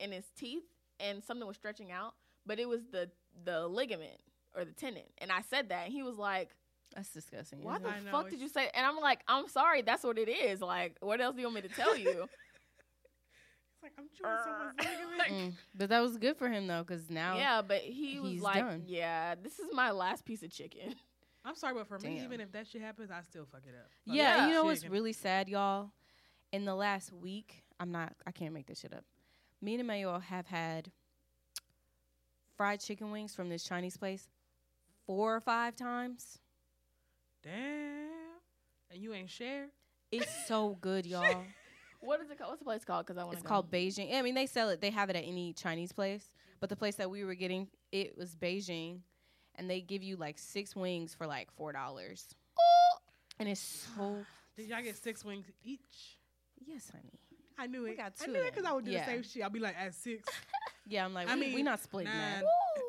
Speaker 4: in his teeth and something was stretching out, but it was the the ligament or the tendon. And I said that and he was like,
Speaker 2: That's disgusting.
Speaker 4: why
Speaker 2: What?
Speaker 4: the
Speaker 3: I know,
Speaker 4: fuck did
Speaker 3: it's-
Speaker 4: you say? And I'm like, I'm sorry, that's what it is. Like, what else do you want me to tell you?
Speaker 3: It's like I'm chewing someone's ligament.
Speaker 2: Mm. But that was good for him though, because now
Speaker 4: yeah, but he was
Speaker 2: He's
Speaker 4: like,
Speaker 2: done.
Speaker 4: yeah, this is my last piece of chicken.
Speaker 3: I'm sorry, but for me,
Speaker 2: Damn.
Speaker 3: even if that shit happens, I still fuck it up. Like,
Speaker 2: Yeah,
Speaker 4: Yeah.
Speaker 2: you know
Speaker 3: shit
Speaker 2: what's
Speaker 3: Oh, can-
Speaker 2: really sad, y'all? In the last week, I'm not I can't make this shit up. Me and Emmanuel have had fried chicken wings from this Chinese place four or five times.
Speaker 3: damn, and you ain't share.
Speaker 2: It's so good,
Speaker 3: Oh
Speaker 2: y'all.
Speaker 4: What is it called? What's the place called? Because I want to.
Speaker 2: It's called Beijing. I mean, they sell it. They have it at any Chinese place, but the place that we were getting it was Beijing, and they give you like six wings for like four dollars.
Speaker 3: Oh.
Speaker 2: And it's so
Speaker 3: Did y'all get six wings each?
Speaker 2: yes, honey.
Speaker 3: I knew it.
Speaker 2: got
Speaker 3: I
Speaker 2: two
Speaker 3: knew that
Speaker 2: then.
Speaker 3: because I would do
Speaker 2: Yeah.
Speaker 3: the same shit. I'd be like at six,
Speaker 2: Yeah, I'm like,
Speaker 3: I
Speaker 2: we,
Speaker 3: mean,
Speaker 2: we not splitting
Speaker 3: nine.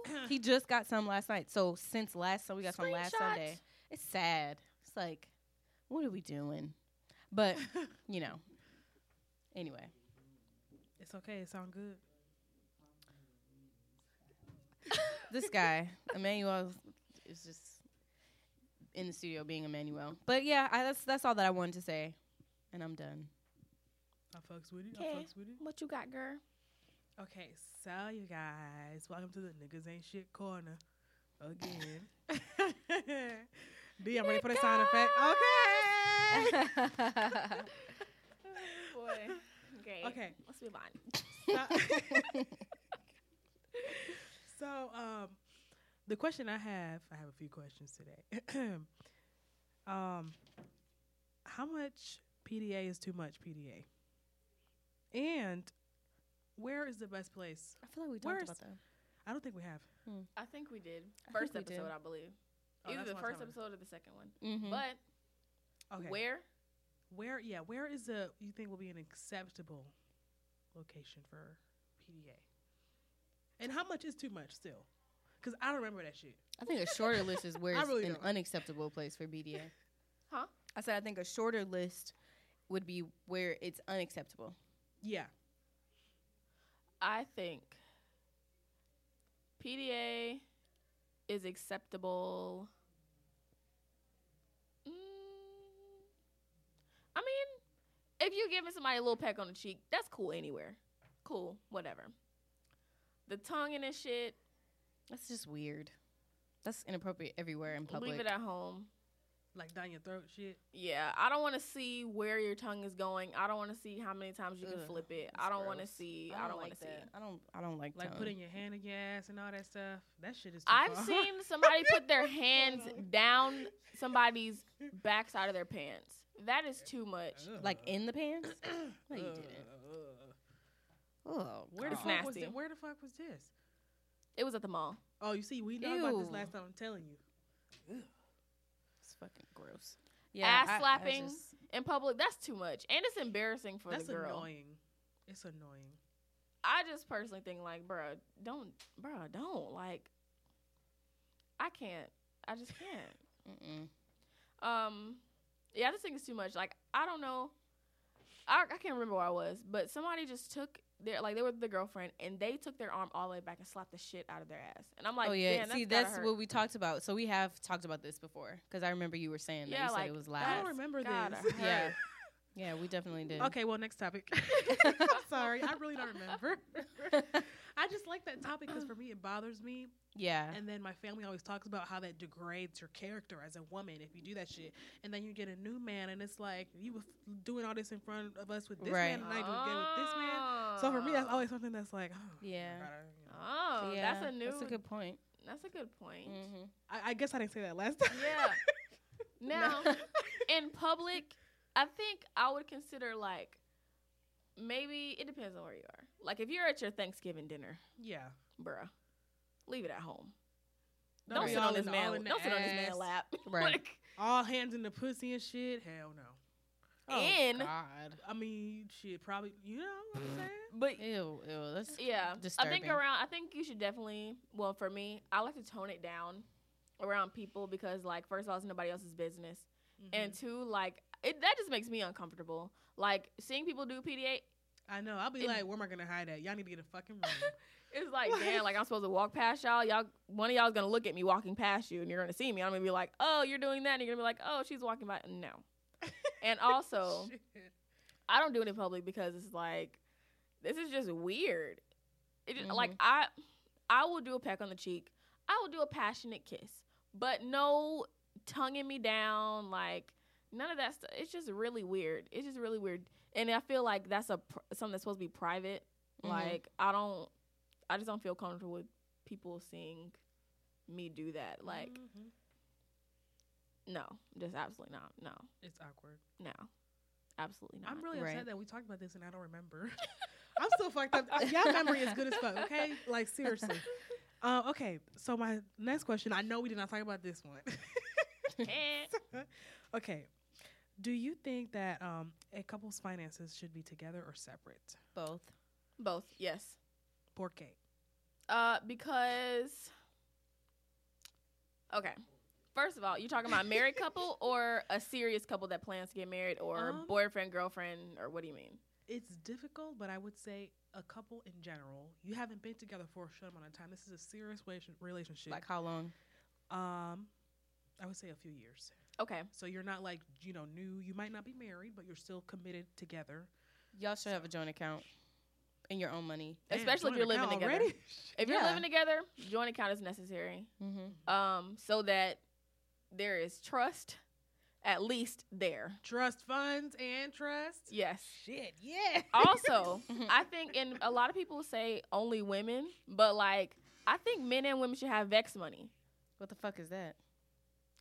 Speaker 2: that. he just got some last night. So since last, so we got some last
Speaker 4: Screenshots.
Speaker 2: Sunday. It's sad. It's like, what are we doing? But you know. Anyway,
Speaker 3: It's okay. It sound good.
Speaker 2: this guy Emmanuel is just in the studio being Emmanuel. But yeah, I, that's that's all that I wanted to say, and I'm done.
Speaker 3: I fucks with it. I
Speaker 4: Okay.
Speaker 3: fucks with it.
Speaker 4: What you got, girl?
Speaker 3: Okay, so you guys, welcome to the niggas ain't shit corner again. D, I'm ready for the sound effect. Okay.
Speaker 4: Boy. Okay.
Speaker 3: Okay.
Speaker 4: Let's move on.
Speaker 3: so, So, um, the question I have, I have a few questions today. um, how much PDA is too much PDA? And where is the best place?
Speaker 2: I feel like we talked
Speaker 3: Where's-
Speaker 2: about that.
Speaker 3: I don't think we have.
Speaker 4: I think we did.
Speaker 2: I
Speaker 4: First
Speaker 2: think we
Speaker 4: episode,
Speaker 2: did.
Speaker 4: I believe.
Speaker 3: Oh,
Speaker 4: Either
Speaker 3: that's
Speaker 4: the
Speaker 3: what I'm
Speaker 4: first
Speaker 3: talking
Speaker 4: episode or the second one.
Speaker 2: Mhm.
Speaker 4: But
Speaker 3: about. Okay.
Speaker 4: where?
Speaker 3: Where? Yeah. Where is the you think will be an acceptable location for PDA? And how much is too much still? Because I don't remember that shit.
Speaker 2: I think a shorter list is where
Speaker 3: I
Speaker 2: it's
Speaker 3: really
Speaker 2: an
Speaker 3: don't.
Speaker 2: unacceptable place for BDA.
Speaker 4: Huh?
Speaker 2: I said I think a shorter list would be where it's unacceptable.
Speaker 3: Yeah.
Speaker 4: I think PDA is acceptable. Mm, I mean, if you're giving somebody a little peck on the cheek, that's cool anywhere. Cool, whatever. The tongue and this shit,
Speaker 2: That's just weird. That's inappropriate everywhere in public.
Speaker 4: leave it at home.
Speaker 3: Like down your throat shit.
Speaker 4: Yeah, I don't want to see where your tongue is going. I don't want to see how many times you can
Speaker 2: Ugh,
Speaker 4: flip it.
Speaker 2: that's
Speaker 4: I don't want to
Speaker 2: gross.
Speaker 4: see. I don't, want to see.
Speaker 2: I don't. I don't like.
Speaker 3: Like
Speaker 2: tongue.
Speaker 3: putting your hand in your ass and all that stuff. That shit is. Too
Speaker 4: I've
Speaker 3: far.
Speaker 4: seen somebody put their hands down somebody's backside of their pants. That is too much.
Speaker 2: like in the pants. no, you
Speaker 3: Ugh.
Speaker 2: didn't. Oh,
Speaker 3: Where the
Speaker 4: God.
Speaker 3: fuck was
Speaker 4: Nasty.
Speaker 3: this? Where the fuck was this?
Speaker 4: It was at the mall.
Speaker 3: Oh, you see, we know about this
Speaker 2: Ew.
Speaker 3: last time. I'm telling you.
Speaker 2: It's fucking gross.
Speaker 4: Ass
Speaker 2: I- I
Speaker 4: slapping.
Speaker 2: just-
Speaker 4: In public, that's too much. And it's embarrassing for
Speaker 3: That's
Speaker 4: the girl.
Speaker 3: annoying. It's annoying.
Speaker 4: I just personally think like, bruh, don't bruh, don't like I can't. I just can't.
Speaker 2: mm-mm.
Speaker 4: Um, yeah, I just think it's too much. Like, I don't know. I, I can't remember where I was, but somebody just took their like they were the girlfriend and they took their arm all the way back and slapped the shit out of their ass. And I'm like,
Speaker 2: oh yeah,
Speaker 4: damn, that's
Speaker 2: see
Speaker 4: gotta
Speaker 2: that's
Speaker 4: hurt.
Speaker 2: what we talked about. So we have talked about this before because I remember you were saying that
Speaker 4: Yeah,
Speaker 2: you
Speaker 4: like,
Speaker 2: said it was
Speaker 3: I
Speaker 2: loud.
Speaker 3: don't remember
Speaker 4: Gotta
Speaker 3: this.
Speaker 4: hurt.
Speaker 2: Yeah, yeah, we definitely did.
Speaker 3: Okay, well, next topic. Sorry, I really don't remember. I just like that topic because for me, it bothers me.
Speaker 2: Yeah,
Speaker 3: And then my family always talks about how that degrades your character as a woman if you do that shit. And then you get a new man, and it's like you was doing all this in front of us with this man,
Speaker 2: Right.
Speaker 3: and I do again with this man. So for me, that's
Speaker 4: Oh.
Speaker 3: always something that's like, oh,
Speaker 2: Yeah.
Speaker 3: God, I- you know.
Speaker 4: Oh,
Speaker 2: yeah,
Speaker 4: that's a new.
Speaker 2: That's a good point.
Speaker 4: point.
Speaker 2: hmm
Speaker 3: I, I guess I didn't say that last time.
Speaker 4: Yeah. now, in public, I think I would consider like maybe it depends on where you are. Like if you're at your Thanksgiving dinner,
Speaker 3: yeah.
Speaker 4: bruh, leave it at home.
Speaker 3: Don't
Speaker 4: Don't,
Speaker 3: be
Speaker 4: sit
Speaker 3: all
Speaker 4: on this
Speaker 3: in- all in
Speaker 4: man.
Speaker 3: the
Speaker 4: Don't sit on this
Speaker 3: ass.
Speaker 4: man's lap.
Speaker 2: Right.
Speaker 4: like,
Speaker 3: All hands in the pussy and shit. Hell no. Oh,
Speaker 4: In.
Speaker 3: God. I mean, shit. Probably. You know what I'm saying?
Speaker 4: but
Speaker 2: Ew, ew. That's
Speaker 4: yeah, I think
Speaker 2: disturbing.
Speaker 4: around. I think you should definitely. Well, for me, I like to tone it down around people because, like, first of all, it's nobody else's business,
Speaker 3: Mm-hmm.
Speaker 4: and two, like, it that just makes me uncomfortable. Like seeing people do PDA,
Speaker 3: I know. I'll be
Speaker 4: It-
Speaker 3: like, where am I gonna hide at? Y'all need to get a fucking room.
Speaker 4: It's like, damn, like I'm supposed to walk past y'all. Y'all, one of y'all's gonna look at me walking past you, and you're gonna see me. I'm gonna be like, oh, you're doing that, and you're gonna be like, oh, she's walking by. No. and also,
Speaker 3: Shit.
Speaker 4: I don't do it in public because it's like, this is just weird. It just,
Speaker 2: Mhm.
Speaker 4: like
Speaker 3: Mm-hmm.
Speaker 4: I, I will do a peck on the cheek. I will do a passionate kiss, but no tonguing me down. Like none of that stuff. It's just really weird. It's just really weird, and I feel like that's a pr- something that's supposed to be private.
Speaker 3: Mm-hmm.
Speaker 2: Mhm.
Speaker 4: Like I don't, I just don't feel comfortable with people seeing me do that. Like
Speaker 3: Mhm. Mm-hmm.
Speaker 4: no, just absolutely not. No,
Speaker 3: it's awkward.
Speaker 4: no, absolutely not.
Speaker 3: I'm really
Speaker 2: Right.
Speaker 3: upset that we talked about this and I don't remember. I'm still fucked up. Uh, Y'all memory is good as fuck. Okay, like seriously. Uh, okay, so my next question. I know we did not talk about this one.
Speaker 4: Eh.
Speaker 3: okay, do you think that um, a couple's finances should be together or separate?
Speaker 2: both.
Speaker 4: Both, yes.
Speaker 3: Por qué?
Speaker 4: Uh, because okay. First of all, you talking about a married couple or a serious couple that plans to get married or
Speaker 3: Um,
Speaker 4: boyfriend, girlfriend, or what do you mean?
Speaker 3: It's difficult, but I would say a couple in general. You haven't been together for a short amount of time. This is a serious relation- relationship.
Speaker 2: Like how long?
Speaker 3: um, I would say a few years.
Speaker 4: Okay.
Speaker 3: So you're not like you know new. You might not be married, but you're still committed together.
Speaker 2: Y'all should have a joint account and your own money.
Speaker 3: Damn,
Speaker 4: Especially if
Speaker 3: joint
Speaker 4: you're living
Speaker 3: account
Speaker 4: together.
Speaker 3: already?
Speaker 4: If you're
Speaker 2: Yeah.
Speaker 4: living together, joint account is necessary.
Speaker 2: Mm-hmm.
Speaker 4: Um, so that there is trust at least there.
Speaker 3: trust funds and trust.
Speaker 4: Yes.
Speaker 3: Shit, yeah.
Speaker 4: also,
Speaker 2: Mm-hmm.
Speaker 4: I think, and a lot of people say only women, but like, I think men and women should have vex money.
Speaker 2: What the fuck is that?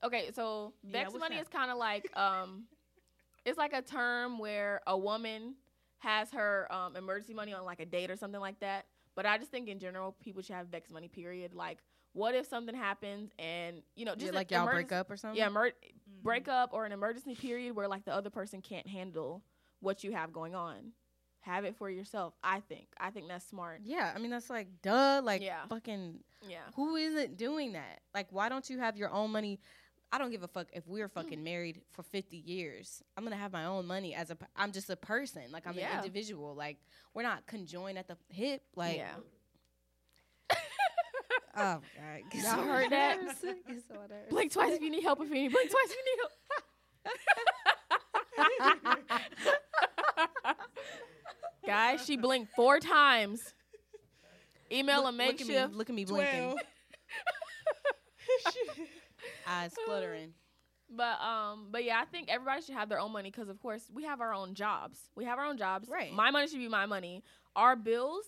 Speaker 4: Okay, so
Speaker 3: Yeah,
Speaker 4: vex
Speaker 3: what's
Speaker 4: money
Speaker 3: that?
Speaker 4: is kind of like um, it's like a term where a woman has her um, emergency money on like a date or something like that. But I just think in general, people should have vex money. Period. Like, what if something happens and you know,
Speaker 2: Is it
Speaker 4: just
Speaker 2: like y'all break up or something?
Speaker 4: Yeah, emer-
Speaker 3: Mm-hmm.
Speaker 4: break up or an emergency period where like the other person can't handle what you have going on. Have it for yourself. I think. I think that's smart.
Speaker 2: Yeah, I mean that's like duh, like
Speaker 4: Yeah.
Speaker 2: fucking
Speaker 4: Yeah.
Speaker 2: who isn't doing that? Like why don't you have your own money? I don't give a fuck if we're fucking married for 50 years. I'm going to have my own money as a p- I'm just a person. Like I'm
Speaker 4: Yeah.
Speaker 2: an individual. Like we're not conjoined at the hip like
Speaker 4: yeah.
Speaker 2: Oh, God.
Speaker 4: Y'all heard that? Blink twice if you need help. If you need blink twice if you need help. Guys, she blinked four times. Email a
Speaker 2: look, look at
Speaker 4: makeshift.
Speaker 2: me, look at me blinking.
Speaker 3: Twelve.
Speaker 2: Eyes fluttering.
Speaker 4: But um, but yeah, I think everybody should have their own money because of course we have our own jobs. We have our own jobs.
Speaker 2: Right.
Speaker 4: My money should be my money. Our bills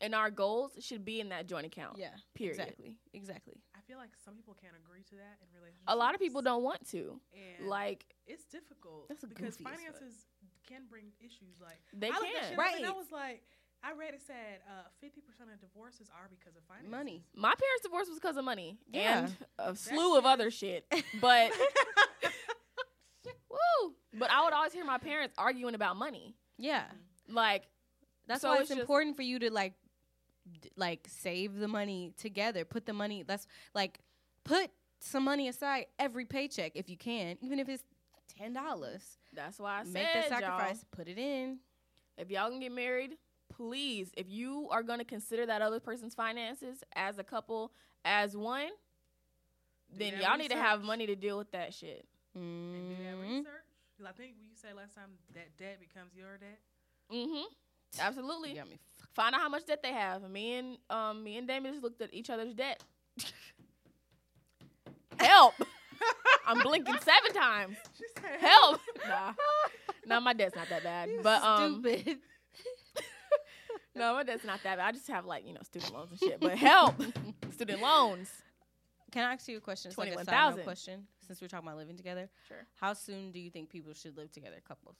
Speaker 4: and our goals should be in that joint account.
Speaker 2: Yeah.
Speaker 4: Period.
Speaker 2: Exactly. Exactly.
Speaker 3: I feel like some people can't agree to that in relationships.
Speaker 4: A lot of people don't want to.
Speaker 3: And
Speaker 4: Like
Speaker 3: it's difficult
Speaker 2: That's
Speaker 3: because
Speaker 2: goofy as fuck.
Speaker 3: finances can bring issues. Like
Speaker 4: they
Speaker 3: I looked that
Speaker 4: can.
Speaker 3: shit up and I
Speaker 2: Right.
Speaker 3: was like, I read it said uh, fifty percent of divorces are because of finances.
Speaker 2: Money.
Speaker 4: My parents' divorce was because of money
Speaker 2: Yeah.
Speaker 4: and a slew of other shit. But woo! But I would always hear my parents arguing about money.
Speaker 2: Yeah.
Speaker 4: Like
Speaker 2: That's
Speaker 4: So
Speaker 2: why
Speaker 4: it's
Speaker 2: it's
Speaker 4: just-
Speaker 2: important for you to like, d- like save the money together. Put the money. That's like put some money aside every paycheck if you can, even if it's ten dollars.
Speaker 4: That's why I
Speaker 2: Make
Speaker 4: said
Speaker 2: that sacrifice,
Speaker 4: y'all,
Speaker 2: put it in.
Speaker 4: if y'all can get married, please, if you are gonna consider that other person's finances as a couple, as one, then
Speaker 3: that
Speaker 4: y'all need to have
Speaker 3: research.
Speaker 4: money to deal with that shit.
Speaker 3: And do that
Speaker 2: Mm.
Speaker 3: research. 'Cause I think you said last time that debt becomes your debt.
Speaker 4: Mm-hmm.
Speaker 2: You
Speaker 4: Absolutely.
Speaker 2: got me fucked.
Speaker 4: Find out how much debt they have. Me and um me and Damon just looked at each other's debt. Help! I'm blinking seven times.
Speaker 3: She said,
Speaker 4: Help! Nah, nah, my debt's not that bad.
Speaker 2: You
Speaker 4: But um,
Speaker 2: stupid.
Speaker 4: no, my debt's not that bad. I just have like you know student loans and shit. But help! student loans.
Speaker 2: Can I ask you a question? It's like a side note
Speaker 4: 21,000.
Speaker 2: question. Since we're talking about living together,
Speaker 4: Sure.
Speaker 2: how soon do you think people should live together, couples?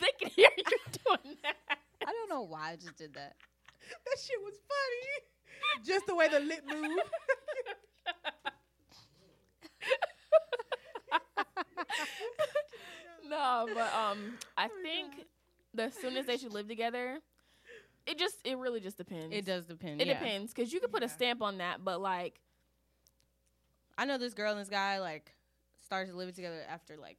Speaker 4: they can hear you doing that.
Speaker 2: I don't know why I just did that.
Speaker 3: That shit was funny. Just the way the lip moved.
Speaker 4: no, but um,
Speaker 2: Oh
Speaker 4: I think the soonest they should live together, it just it really just depends.
Speaker 2: It does depend.
Speaker 4: It
Speaker 2: yeah.
Speaker 4: depends because you could put a
Speaker 3: Yeah.
Speaker 4: stamp on that, but like
Speaker 2: I know this girl and this guy like started living together after like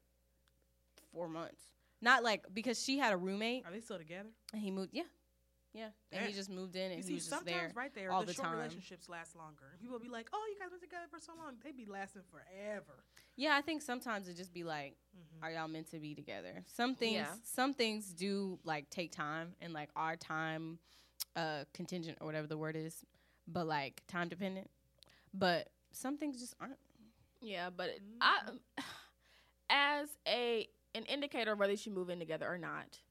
Speaker 2: four months. Not like because she had a roommate
Speaker 3: Are they still together?
Speaker 2: and he moved. Yeah, yeah, and he
Speaker 3: Damn.
Speaker 2: just moved in and
Speaker 3: You
Speaker 2: he
Speaker 3: see,
Speaker 2: was just
Speaker 3: sometimes
Speaker 2: there.
Speaker 3: right there,
Speaker 2: all
Speaker 3: the,
Speaker 2: the
Speaker 3: short
Speaker 2: time.
Speaker 3: relationships last longer. And People will be like, "Oh, you guys been together for so long; they be lasting forever."
Speaker 2: Yeah, I think sometimes it just be like,
Speaker 3: Mhm.
Speaker 2: are y'all meant to be together? Some things,
Speaker 4: Yeah.
Speaker 2: some things do like take time and like our time, uh, contingent or whatever the word is, but like time dependent. But some things just aren't.
Speaker 4: yeah, but it, I as a an indicator of whether you should move in together or not.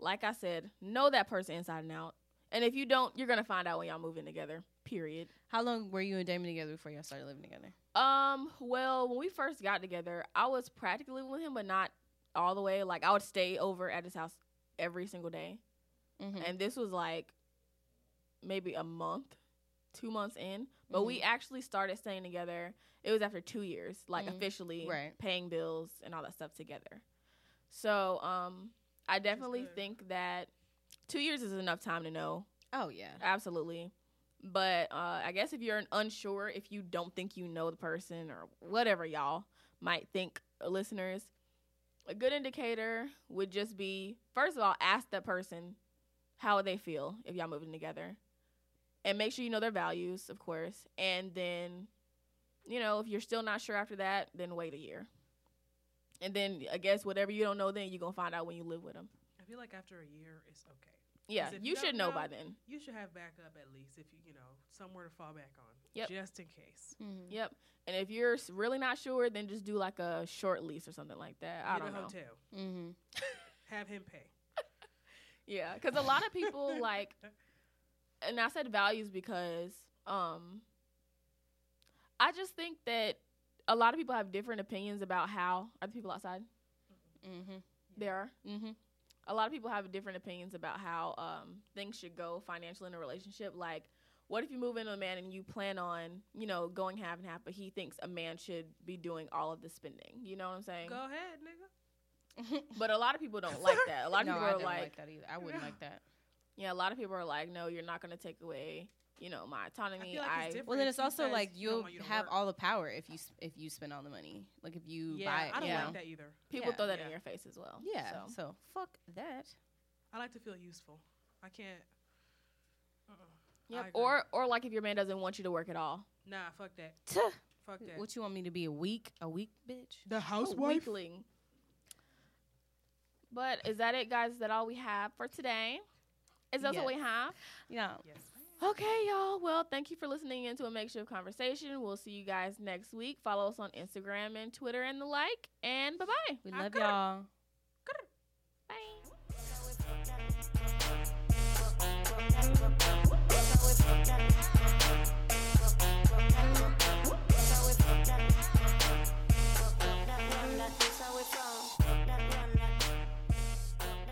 Speaker 4: Like I said, know that person inside and out, and if you don't, you're gonna find out when y'all move in together. Period.
Speaker 2: How long were you and Damon together before y'all started living together?
Speaker 4: Um, well, when we first got together, I was practically with him, but not all the way. Like I would stay over at his house every single day.
Speaker 2: Mm-hmm.
Speaker 4: And this was like maybe a month, two months in. But we
Speaker 2: Mm-hmm.
Speaker 4: actually started staying together. It was after two years, like
Speaker 2: Mhm.
Speaker 4: officially
Speaker 2: Right.
Speaker 4: paying bills and all that stuff together. So, um, I definitely
Speaker 3: good.
Speaker 4: think that two years is enough time to know
Speaker 2: Oh yeah.
Speaker 4: Absolutely. But uh, I guess if you're unsure, if you don't think you know the person or whatever y'all might think, uh, listeners, a good indicator would just be first of all, ask that person how they feel if y'all moving together. And make sure you know their values, of course. And then, you know, if you're still not sure after that, then wait a year. And then I guess whatever you don't know, then you're going to find out when you live with them.
Speaker 3: I feel like after a year, it's okay.
Speaker 4: Yeah,
Speaker 3: if
Speaker 4: you
Speaker 3: you
Speaker 4: should
Speaker 3: don't
Speaker 4: know,
Speaker 3: know-
Speaker 4: by then.
Speaker 3: You should have backup at least, if you you know somewhere to fall back on,
Speaker 4: Yep.
Speaker 3: just in case.
Speaker 2: Mm-hmm.
Speaker 4: Yep. And if you're s- really not sure, then just do like a short lease or something like that. I
Speaker 3: Get
Speaker 4: don't
Speaker 3: a
Speaker 4: know.
Speaker 3: hotel.
Speaker 2: Mm-hmm.
Speaker 3: Have him pay.
Speaker 4: Yeah, because a lot of people like, and I said values because um, I just think that a lot of people have different opinions about how are the people outside
Speaker 2: Mm-hmm.
Speaker 4: there are.
Speaker 2: Mm-hmm.
Speaker 4: a lot of people have different opinions about how um, things should go financially in a relationship. Like, what if you move in with a man and you plan on, you know, going half and half, but he thinks a man should be doing all of the spending. You know what I'm saying?
Speaker 3: Go ahead, nigga.
Speaker 4: But a lot of people don't like that. A lot of
Speaker 2: No,
Speaker 4: people
Speaker 2: I
Speaker 4: are
Speaker 2: don't like,
Speaker 4: like,
Speaker 2: that either. I wouldn't
Speaker 3: Yeah.
Speaker 2: like that.
Speaker 4: yeah, a lot of people are like, no, you're not going to take away, you know, my
Speaker 3: I
Speaker 4: autonomy.
Speaker 3: feel like
Speaker 4: I,
Speaker 3: it's different.
Speaker 2: Well, then
Speaker 3: if
Speaker 2: it's
Speaker 3: he
Speaker 2: also
Speaker 3: says
Speaker 2: like
Speaker 3: he don't
Speaker 2: you'll
Speaker 3: want you to
Speaker 2: have
Speaker 3: work.
Speaker 2: all the power if you s- if you spend all the money. Like if you buy
Speaker 3: Yeah,
Speaker 2: it,
Speaker 3: I don't
Speaker 2: you
Speaker 4: yeah.
Speaker 3: like
Speaker 2: know?
Speaker 3: that either.
Speaker 4: people
Speaker 2: yeah,
Speaker 4: throw that in
Speaker 3: yeah.
Speaker 4: your face as well.
Speaker 2: Yeah.
Speaker 4: So.
Speaker 2: So. fuck that.
Speaker 3: I like to feel useful. I can't. Uh-uh. I
Speaker 4: Yep.
Speaker 3: agree.
Speaker 4: Or, or like if your man doesn't want you to work at all.
Speaker 3: nah, fuck that. Fuck that.
Speaker 2: What you want me to be a weak a weak bitch?
Speaker 3: the
Speaker 4: Oh, Weakling. But is that it, guys? Is that all we have for today? Is that what we
Speaker 2: Yes.
Speaker 4: have?
Speaker 2: Yeah.
Speaker 3: Yes.
Speaker 4: Okay, y'all. Well, thank you for listening into a makeshift conversation. We'll see you guys next week. Follow us on Instagram and Twitter and the like. And bye bye.
Speaker 2: We love y'all.